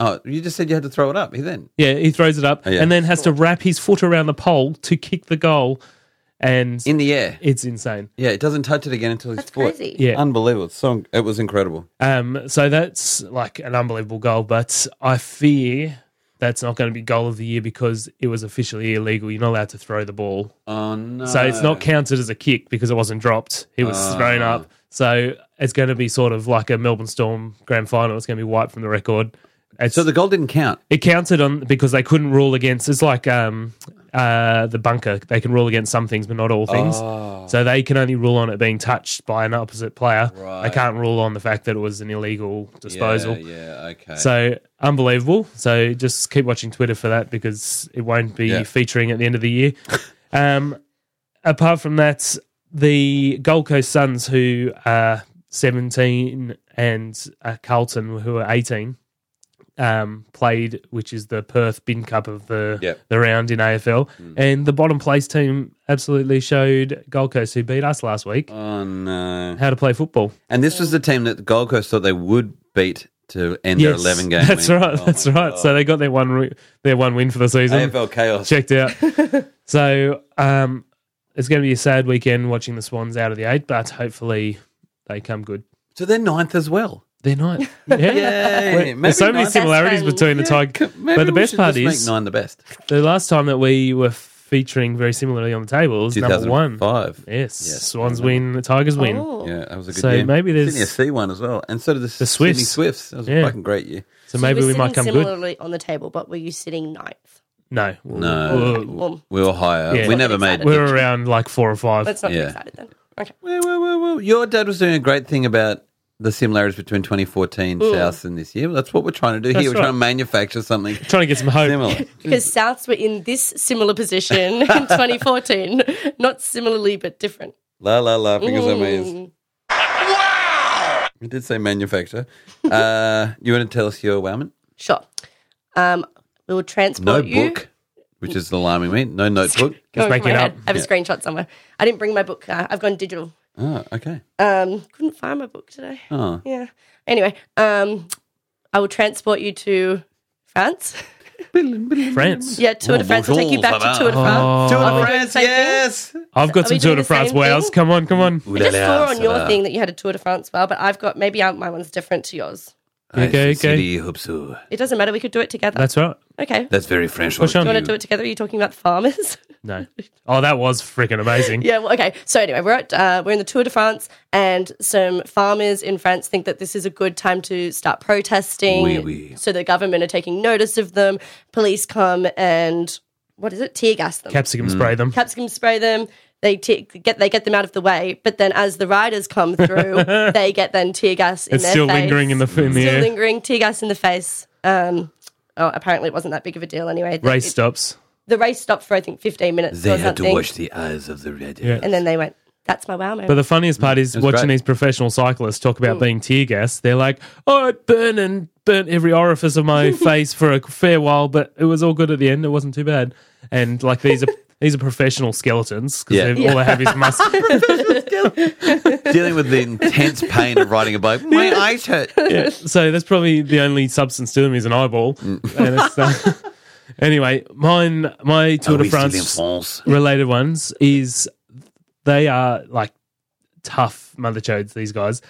Oh, you just said you had to throw it up. He then Yeah, he throws it up Oh, yeah. and then has to wrap his foot around the pole to kick the goal, and in the air. it's insane. Yeah, it doesn't touch it again until his That's foot. crazy. Yeah. Unbelievable. It's So it was incredible. Um, so that's like an unbelievable goal, but I fear that's not going to be goal of the year because it was officially illegal. You're not allowed to throw the ball. Oh no! So it's not counted as a kick because it wasn't dropped. It was Ah. thrown up. So it's going to be sort of like a Melbourne Storm grand final. It's going to be wiped from the record. It's, So the goal didn't count. it counted on because they couldn't rule against. It's like um, uh, the bunker; they can rule against some things, but not all things. Ah. So they can only rule on it being touched by an opposite player. Right. They can't rule on the fact that it was an illegal disposal. Yeah, yeah, okay. So unbelievable. So just keep watching Twitter for that because it won't be Yeah. featuring at the end of the year. um, apart from that, the Gold Coast Suns, who are 17, and uh, Carlton, who are 18, um, played, which is the Perth Bin Cup of the Yep. the round in AFL, Hmm. and the bottom place team absolutely showed Gold Coast, who beat us last week, oh no! how to play football. And this was the team that the Gold Coast thought they would beat to end their Yes, eleven game. That's win. right. Oh, that's my right. God. So they got their one re- their one win for the season. AFL chaos. Checked out. so um, it's going to be a sad weekend watching the Swans out of the eight, but hopefully they come good. So they're ninth as well. They're not. Yeah. Yay. Maybe There's so many ninth. similarities That's between the C- Tigers. maybe But the we best should part just is make nine the best. the last time that we were featuring very similarly on the table was number one. 2005. Yes. Yes, Swans win, the Tigers win. Oh. Yeah, that was a good So game. maybe there's- Sydney FC one as well, and so did the, The Sydney Swifts. Swifts. That was a Yeah. fucking great year. So So maybe you were we might come sitting good. similarly on the table, but were you sitting ninth? No. No, We're- Well, we were higher. Yeah. We never made. Excited. We're around like four or five. let's not Yeah. get excited then. Okay. Whoa, whoa, whoa, whoa. Your dad was doing a great thing about the similarities between 2014 South and this year. That's what we're trying to do That's here. We're right. trying to manufacture something Trying to get some hope. similar. Because Souths were in this similar position in 2014, not similarly but different. la la la, fingers on my ears. Mm. We did say manufacture. Uh, you want to tell us your wowment? Sure. Um, we will transport No you. book, which is alarming me. No notebook. Going Just from making my it up. head. I have a screenshot somewhere. I didn't bring my book. Uh, I've gone digital. Oh, okay. Um, couldn't find my book today. Uh, Oh, Yeah. Anyway, um, I will transport you to France. France. Yeah, Tour Oh, de France. I'll take you back to Tour de France. Oh. Are we doing the same thing? I've got Are some we Tour doing de the France same wows. thing? Come on, come on. Oh, I just saw on your thing that you had a Tour de France wow, but I've got maybe I, mine one's different to yours. Okay, okay. City, hope so. It doesn't matter. We could do it together. That's right. okay. That's very French. Push of on. do you you. want to do it together? Are you talking about the farmers? No. Oh, that was freaking amazing. yeah. Well, okay. So anyway, we're at uh, we're in the Tour de France, and some farmers in France think that this is a good time to start protesting. Oui, oui. So the government are taking notice of them. Police come and what is it? Tear gas them. Mm. Capsicum spray them. capsicum spray them. They te- get they get them out of the way, but then as the riders come through, they get then tear gas in It's their still face. lingering in the in the still air. lingering tear gas in the face. Um, oh, apparently it wasn't that big of a deal anyway. The, Race it- stops. the race stopped for I think fifteen minutes. They or had to something, watch the eyes of the red. Yeah. and then they went. That's my wow moment. But the funniest part is was watching great. these professional cyclists talk about being tear gas. They're like, "Oh, it burned and burnt every orifice of my face for a fair while, but it was all good at the end. It wasn't too bad." And like these are these are professional skeletons Yeah. because all they have is muscle. Dealing with the intense pain of riding a bike. My eyes hurt. yeah. So that's probably the only substance to them is an eyeball. Mm. And it's, uh, anyway, mine my Tour Are we de still in France France? related ones is they are like tough mother chodes, these guys.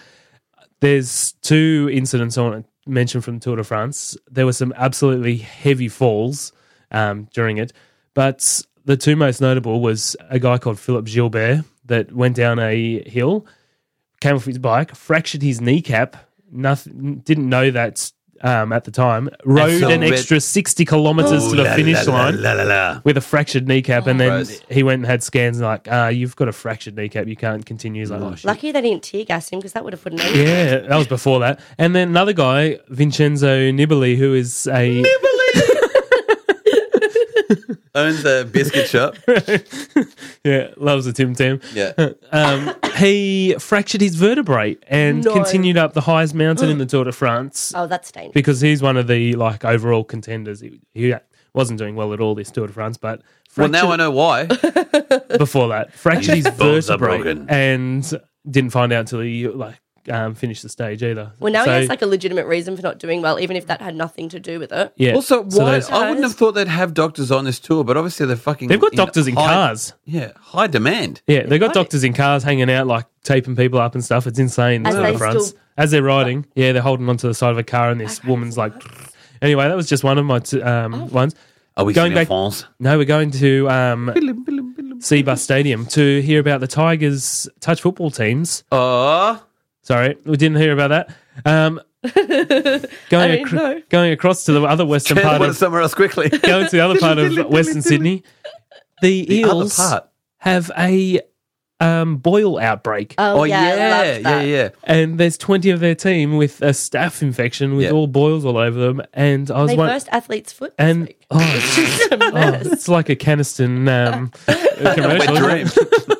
There's two incidents I want to mention from Tour de France. There were some absolutely heavy falls um, during it, but the two most notable was a guy called Philip Gilbert that went down a hill, came off his bike, fractured his kneecap, nothing, didn't know that um, at the time, rode so an red- extra 60 kilometers to the La, finish la, la, line La, la, la. with a fractured kneecap, and then Gross. he went and had scans and like, uh, you've got a fractured kneecap, you can't continue. He's like, oh, shit. Lucky they didn't tear gas him because that would have put an end. yeah, that was before that. And then another guy, Vincenzo Nibali, who is a Owns a biscuit shop. yeah loves a Tim Tam. Yeah. Um, he fractured his vertebrae and No. continued up the highest mountain in the Tour de France Oh, that's dangerous. because he's one of the like overall contenders. He, he wasn't doing well at all this Tour de France, but Well, now I know why. before that fractured his bones are vertebrae broken. and didn't find out until he like um, finished the stage either. Well, now So- he has like a legitimate reason for not doing well, even if that had nothing to do with it. yeah. Also, So why? those- I wouldn't have thought they'd have doctors on this tour, but obviously they're fucking. they've got doctors in high- cars. Yeah, high demand. Yeah, they've got Right. doctors in cars hanging out, like taping people up and stuff. It's insane. As Tour de they France. still- As they're riding, yeah, they're holding onto the side of a car, and this woman's like, Anyway, that was just one of my t- um, Oh. ones. Are we Going going back? back- No, we're going to um, Seabus Stadium to hear about the Tigers' touch football teams. Oh, Sorry, we didn't hear about that. Um, going, I mean, acro- no. going across to the other western part put it of somewhere else quickly. going to the other part of Western Sydney. The, The other eels part. have a um, boil outbreak, Oh, Oh yeah, yeah, I loved yeah, yeah, that. and there's 20 of their team with a staph infection with Yeah. all boils all over them. And I was They one- burst athlete's foot. and oh, it's, It's a oh, mess. it's like a Caniston um, commercial. isn't it?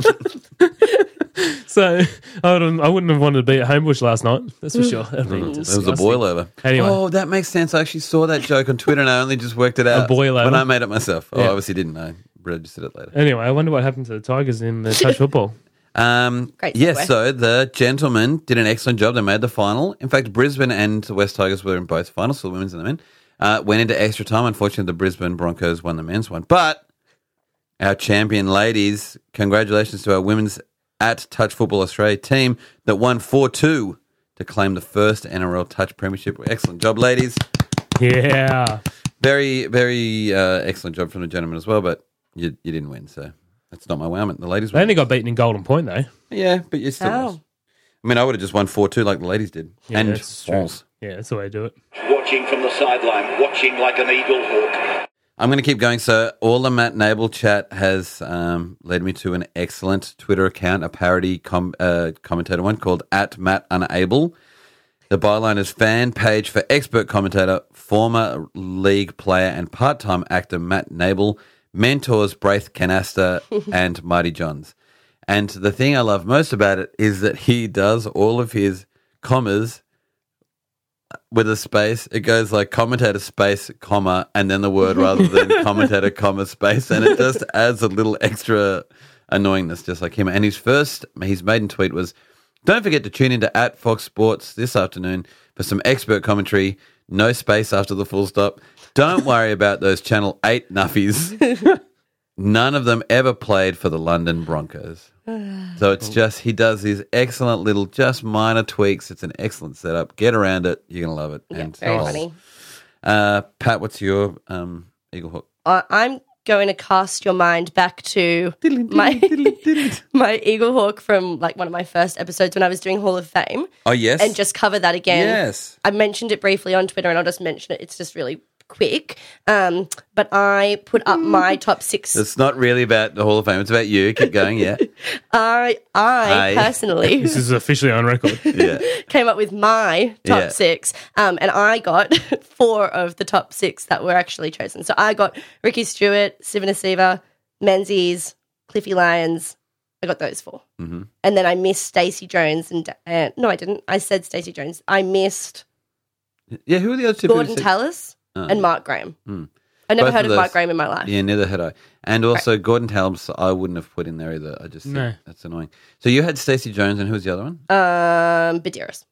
Dream. So I wouldn't, I wouldn't have wanted to be at Homebush last night. That's for sure. That'd be Mm-hmm. It was a disgusting. boilover. Anyway. Oh, that makes sense. I actually saw that joke on Twitter and I only just worked it out. boilover? When I made it myself. Oh, Yeah. obviously didn't. I registered it later. Anyway, I wonder what happened to the Tigers in the touch football. Um, Great segue. Yes, so the gentlemen did an excellent job. They made the final. In fact, Brisbane and the West Tigers were in both finals, so the women's and the men. Uh, went into extra time. Unfortunately, the Brisbane Broncos won the men's one. But our champion ladies, congratulations to our women's at Touch Football Australia team that won 4 2 to claim the first NRL Touch Premiership. Excellent job, ladies. Yeah. Very, very uh, excellent job from the gentlemen as well, but you, you didn't win, so that's not my wowment. The ladies They won. only got beaten in Golden Point, though. Yeah, but you still Oh. lost. I mean, I would have just won 4 2 like the ladies did. Yeah, and that's true. falls. Yeah, that's the way to do it. Watching from the sideline, watching like an eagle hawk. I'm going to keep going. So, all the Matt Nable chat has um, led me to an excellent Twitter account, a parody com- uh, commentator one called at Matt Unable. The byline is fan page for expert commentator, former league player, and part time actor Matt Nable, mentors Braith Canasta and Marty Johns. And the thing I love most about it is that he does all of his commas with a space. It goes like commentator space, comma, and then the word rather than commentator, comma, space. And it just adds a little extra annoyingness, just like him. And his first, his maiden tweet was Don't forget to tune into at Fox Sports this afternoon for some expert commentary. No space after the full stop. Don't worry about those Channel 8 Nuffies. None of them ever played for the London Broncos. So it's just he does these excellent little, just minor tweaks. It's an excellent setup. Get around it. You're gonna love it. oh. Yeah, very funny. Uh, Pat, what's your um, eagle hook? I- I'm going to cast your mind back to my my Eagle Hawk from like one of my first episodes when I was doing Hall of Fame, Oh yes, and just cover that again. yes. I mentioned it briefly on Twitter, and I'll just mention it. It's just really quick. Um, but I put up my top six. It's not really about the Hall of Fame. It's about you. Keep going. Yeah, I I Aye. personally This is officially on record. yeah. came up with my top Yeah. six, um, and I got four of the top six that were actually chosen. So I got Ricky Stewart, Sivan Asiva, Menzies, Cliffy Lyons. I got those 4 Mm-hmm. and then I missed Stacey Jones and uh, no, I didn't. I said Stacey Jones. I missed Yeah. Who are the other two? people Gordon you said? Tallis Oh, and yeah. Mark Graham. Hmm. I never Both heard of of Mark those- Graham in my life. Yeah, neither had I. And also Gordon Talbs, I wouldn't have put in there either. I just No. no. that's annoying. So you had Stacey Jones, and who was the other one? Um, Badiris.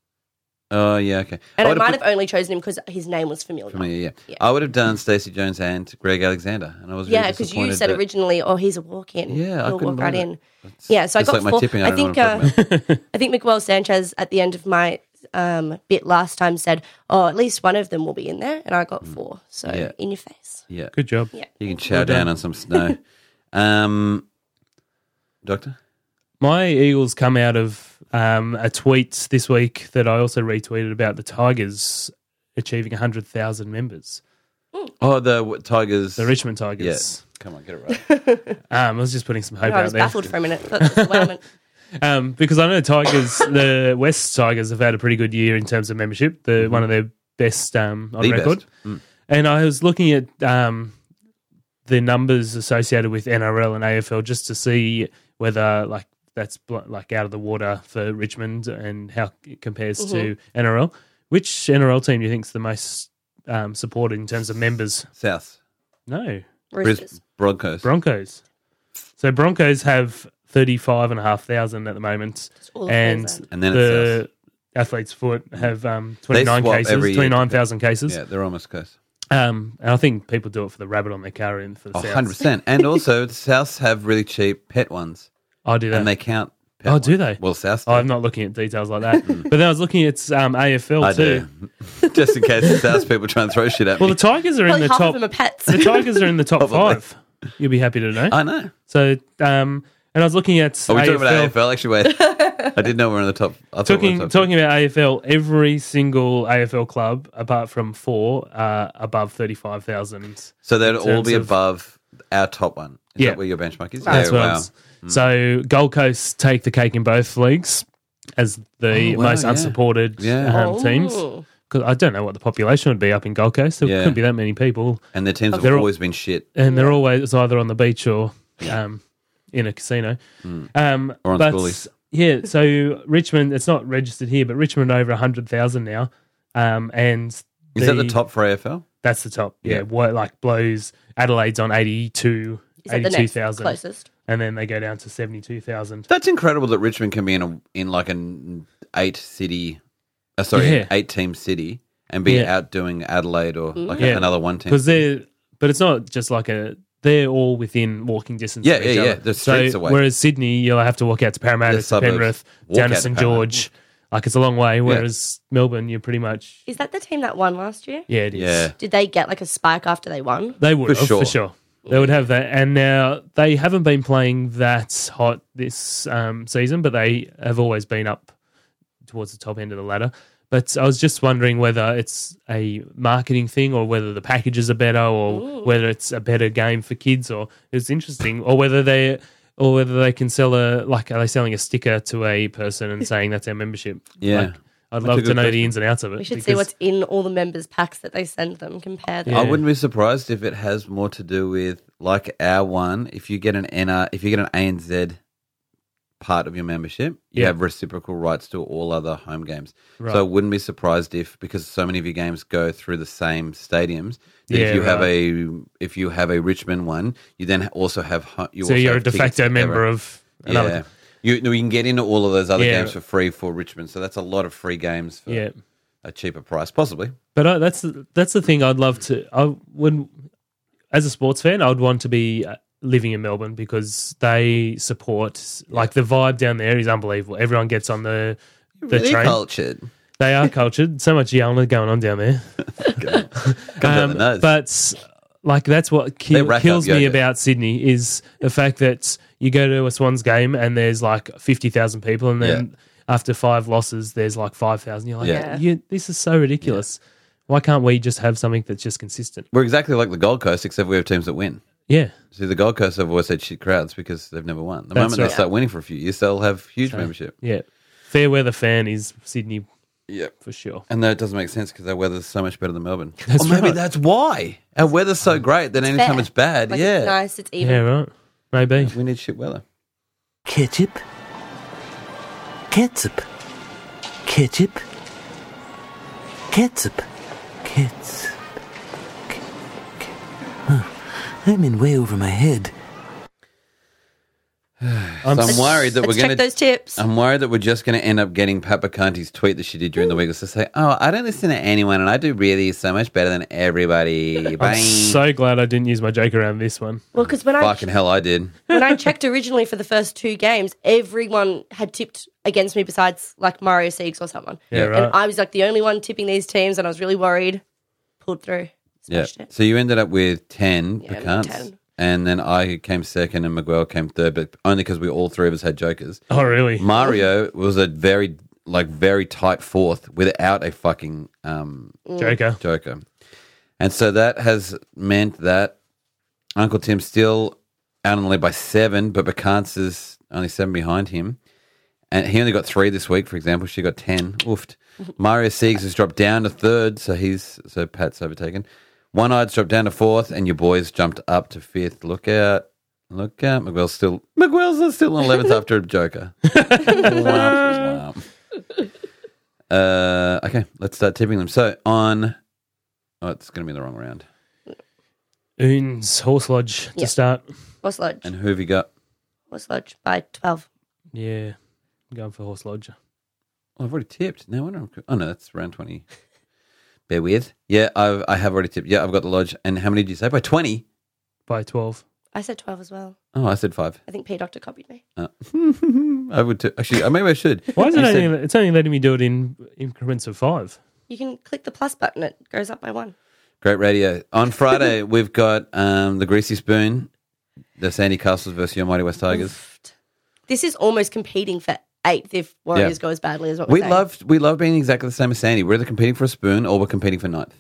Oh yeah, okay. And I, would've might put- have only chosen him because his name was familiar. For me, yeah. Yeah. I would have done Stacey Jones and Greg Alexander, and I was Yeah, really because you disappointed said that- originally, "Oh, he's a walk-in. Yeah, I he'll couldn't walk right believe in." Yeah, so I It's got like my four. tipping, I I, don't know think what I'm uh, I think Miguel Sanchez at the end of my um, bit last time said, "Oh, at least one of them will be in there," and I got four. So Mm. Yeah. in your face. yeah, Good job. you can chow down on some snow. um, doctor, My Eagles come out of um, a tweet this week that I also retweeted about the Tigers achieving 100,000 members, oh the w- Tigers, the Richmond yeah, Tigers. come on, get it right. Um, I was just putting some hope No, I out was there. baffled for a minute. Thought, Wait a minute. Um, because I know Tigers, the West Tigers have had a pretty good year in terms of membership. The one of their best um, Mm-hmm. on The record. best. Mm. And I was looking at um, the numbers associated with NRL and AFL just to see whether like that's bl- like out of the water for Richmond and how it compares to Mm-hmm. NRL. Which NRL team do you think's the most um, supported in terms of members? South No, Roosters. Bris- Broncos. Broncos. So Broncos have thirty five and a half thousand at the moment, all of and Queensland. And then it the athletes' foot have um, twenty They nine swap cases, every year, twenty nine thousand cases. yeah, they're almost close. Um, and I think people do it for the rabbit on their car and for the Oh, Souths. 100 percent. And also, the Souths have really cheap pet ones, I do that. and they count Oh, do they? Well, South. Oh, I'm not looking at details like that. but then I was looking at um, AFL Mm. I too. do. Just in case the South people try and throw shit at Well, me. the Tigers are in Probably the half top. of them are pets. the Tigers are in the top Probably. five. You'll be happy to know. I know. so, um, and I was looking at Are we talking AFL. about AFL? Actually, wait. I didn't know we are in the top. I thought we were in Talking the top talking about AFL, every single AFL club apart from four are above thirty five thousand. So they'd all terms be of- above our top one. Is Yeah. that where your benchmark is? That's yeah, what Oh, wow. Hmm. it's- So Gold Coast take the cake in both leagues as the Oh, wow, most yeah. unsupported Yeah. Oh. um, teams. Ooh. Because I don't know what the population would be up in Gold Coast. There Yeah. couldn't be that many people, And their teams have They're all- always been shit and they're always either on the beach or um, in a casino. Um, Hmm. Or on but, schoolies. Yeah, so Richmond, it's not registered here, but Richmond are over hundred thousand now, um, and Is that the top for AFL? That's the top. Yeah, Yeah. What, like blows Adelaide's on 82 Is that the next 82,000 closest? and then they go down to 72,000. That's incredible that Richmond can be in a, in like an eight city, uh, sorry, Yeah. eight team city and be Yeah. outdoing Adelaide or like Yeah. another one team. Cuz they're but it's not just like a they're all within walking distance. Yeah, of each yeah, other. yeah. They're streets away. Whereas Sydney, you'll have to walk out to They're Parramatta, to suburbs. Penrith, Walk down out to to St Parramatta. George. Like it's a long way. Whereas Melbourne, you're pretty much Is that the team that won last year? yeah, it is. yeah, Did they get like a spike after they won? They would For have, for, sure. sure. They would have that. And now they haven't been playing that hot this um, season, but they have always been up towards the top end of the ladder. But I was just wondering whether it's a marketing thing or whether the packages are better or whether it's a better game for kids or it's interesting or whether they or whether they can sell a like are they selling a sticker to a person and saying that's our membership. Yeah. Like, I'd a love to good know question. the ins and outs of it. We should see because- what's in all the members' packs that they send them. Compare them. I Yeah. wouldn't be surprised if it has more to do with like our one. If you get an NR, if you get an ANZ part of your membership, you Yeah. have reciprocal rights to all other home games. Right. So I wouldn't be surprised if because so many of your games go through the same stadiums. That Yeah, if you have right. a if you have a Richmond one, you then also have ho- you so also you're a have de tickets facto to member every- of another yeah. You, you can get into all of those other Yeah. games for free for Richmond, so that's a lot of free games for yeah. a cheaper price, possibly. But uh, that's that's the thing I'd love to. I would, as a sports fan, I would want to be uh, living in Melbourne because they support like the vibe down there is unbelievable. Everyone gets on the the Really train. Um, cultured. They are cultured. So much yelling going on down there. Comes out the Um, nose. But like that's what ki- They rack up kills me yogurt. about Sydney is the fact that you go to a Swans game and there's like fifty thousand people, and then after five losses, there's like five thousand. You're like, Yeah. you, this is so ridiculous. Why can't we just have something that's just consistent? We're exactly like the Gold Coast, except we have teams that win. Yeah, See, the Gold Coast have always had shit crowds because they've never won. The That's moment they right. start winning for a few years, they'll have huge membership. yeah. Fair weather fan is Sydney Yep. for sure. And that doesn't make sense because our weather's so much better than Melbourne. That's or maybe right. Um, that's why our weather's so great that anytime Fair. it's bad, Like, yeah, It's nice. It's even. Yeah, right. Maybe. we need shit weather. Ketchup. Ketchup. Ketchup. Ketchup. Ketchup. Ke- ke- Huh. I'm in way over my head. I'm So I'm worried that Let's we're Um, going check those tips. I'm worried that we're just going to end up getting Papakanti's tweet that she did during the week. It's to say, "Oh, I don't listen to anyone, and I do really so much better than everybody." Bye. I'm so glad I didn't use my joke around this one. well, because when I Fucking hell, I did. when I checked originally for the first two games, everyone had tipped against me besides like Mario Siegs or someone. Yeah, And right. I was like the only one tipping these teams, and I was really worried. Pulled through. Yeah. Smashed it. So you ended up with 10 Yeah, with pecans. 10. And then I came second and Miguel came third, but only because we all three of us had jokers. oh, really? Mario was a very, like, very tight fourth without a fucking um, Mm. Joker. joker. And so that has meant that Uncle Tim's still out on the lead by seven, but Bacance is only seven behind him. And he only got three this week, for example. She got ten. Oofed. Mario Siegs has dropped down to third, so he's so Pat's overtaken. One Eye's dropped down to fourth, and your boys jumped up to fifth. Look out. Look out. Miguel's still Miguel's still on eleventh after a joker. Womp, womp. Uh, okay, let's start tipping them. So on Oh, it's gonna be the wrong round. Oons, Horse Lodge to Yeah. start. Horse Lodge. And who have you got? Horse Lodge by twelve. Yeah, I'm going for Horse Lodge. Oh, I've already tipped. No wonder. I'm, oh no, that's round twenty. Bear with. Yeah, I've I have already tipped. Yeah, I've got the lodge. And how many did you say? By twenty. by 12. I said 12 as well. Oh, I said five. Uh, I think P Doctor copied me. I would too. Actually, uh, maybe I should. Why is it You said- only, it's only letting me do it in increments of five? You can click the plus button, it goes up by one. Great radio. On Friday, we've got um, the Greasy Spoon, the Sandy Castles versus your Mighty West Tigers. This is almost competing for eighth if Warriors go as badly as what we're We saying. love we love being exactly the same as Sandy. We're either competing for a spoon or we're competing for ninth.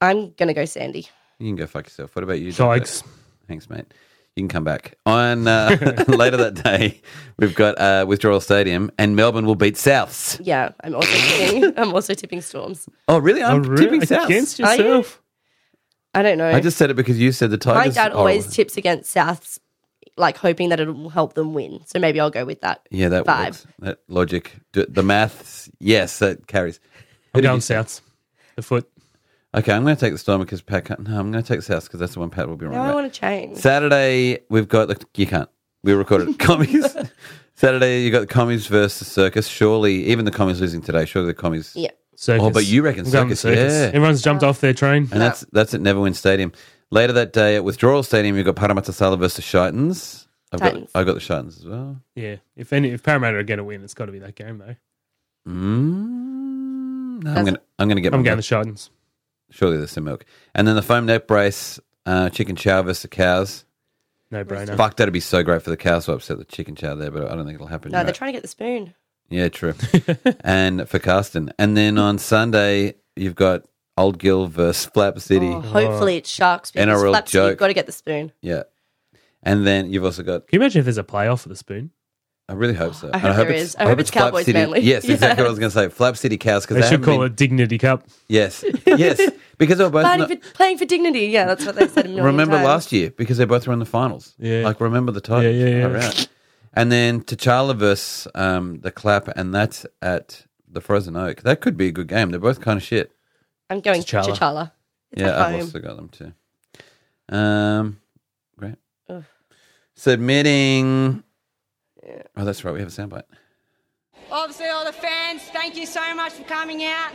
I'm going to go Sandy. You can go fuck yourself. What about you? Dr. Dykes. Thanks, mate. You can come back on uh, later that day. We've got uh, Withdrawal Stadium, and Melbourne will beat Souths. Yeah, I'm also tipping. I'm also tipping Storms. Oh, really? I'm Oh, tipping really? Souths. Against Are you? yourself? I don't know. I just said it because you said the My Tigers. dad are- always tips against Souths, like hoping that it'll help them win. So maybe I'll go with that. yeah, that vibe. works. That logic, D- the maths, yes, that carries. I'm did you going say? south. The foot. Okay, I'm going to take the Storm because Pat can't. No, I'm going to take Souths because that's the one Pat will be wrong. Now I about. want to change. Saturday, we've got the you can't. We recorded it. commies. Saturday, you got the commies versus circus. Surely, even the commies losing today. Surely the commies. yeah. Circus. Oh, but you reckon I'm going circus? circus. Yeah. Everyone's jumped off their train. And that's that's at Neverwin Stadium. Later that day at Withdrawal Stadium, you've got Parramatta Sala versus Shitans. I've got, Titans. I got the Shitans as well. Yeah. If any, if Parramatta are going to win, it's got to be that game, though. Mm, no, I'm Hmm, That's- gonna I'm gonna get I'm my going the milk. Shardens. surely there's some milk. And then the foam neck brace, uh, chicken chow versus the cows. No brainer. Fuck, that'd be so great for the cows to upset the chicken chow there, but I don't think it'll happen. No, You're they're right. trying to get the spoon. Yeah, true. and for Carsten. And then on Sunday, you've got Old Gill versus Flap City. Oh, hopefully it's sharks because NRL Flaps, joke. you've got to get the spoon. Yeah. And then you've also got, Can you imagine if there's a playoff for the spoon? I really hope so. I And hope there is. I hope it's Flap Cowboys City. Manly. Yes, exactly what I was Yes. going to say. Flap City Cows. Because They, should call it Dignity Cup. Yes. Yes. Because they were both. in Fighting the- for, playing for dignity. Yeah, that's what they said a million remember times. last year? Because they both were in the finals. Yeah. Like, remember the title. Yeah, yeah, yeah. And then T'Challa versus um, the Clap, and that's at the Frozen Oak. That could be a good game. They're both kind of shit. I'm going T'Challa. T'Challa. It's yeah, at I've home. also got them too. Um, great. Ugh. Submitting. Oh, that's right. We have a soundbite. Obviously, all the fans, thank you so much for coming out.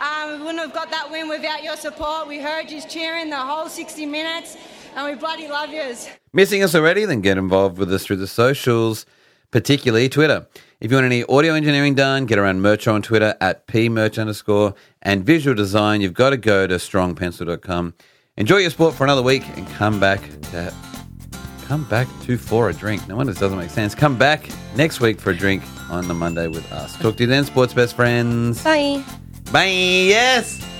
Um, we wouldn't have got that win without your support. We heard you cheering the whole 60 minutes, and we bloody love yous. Missing us already? Then get involved with us through the socials, particularly Twitter. If you want any audio engineering done, get around Mercho on Twitter at pmerch underscore. And visual design, you've got to go to strongpencil.com. Enjoy your sport for another week and come back to come back to for a drink. No wonder this doesn't make sense. Come back next week for a drink on the Monday with us. Talk to you then, sports best friends. Bye. Bye. Yes.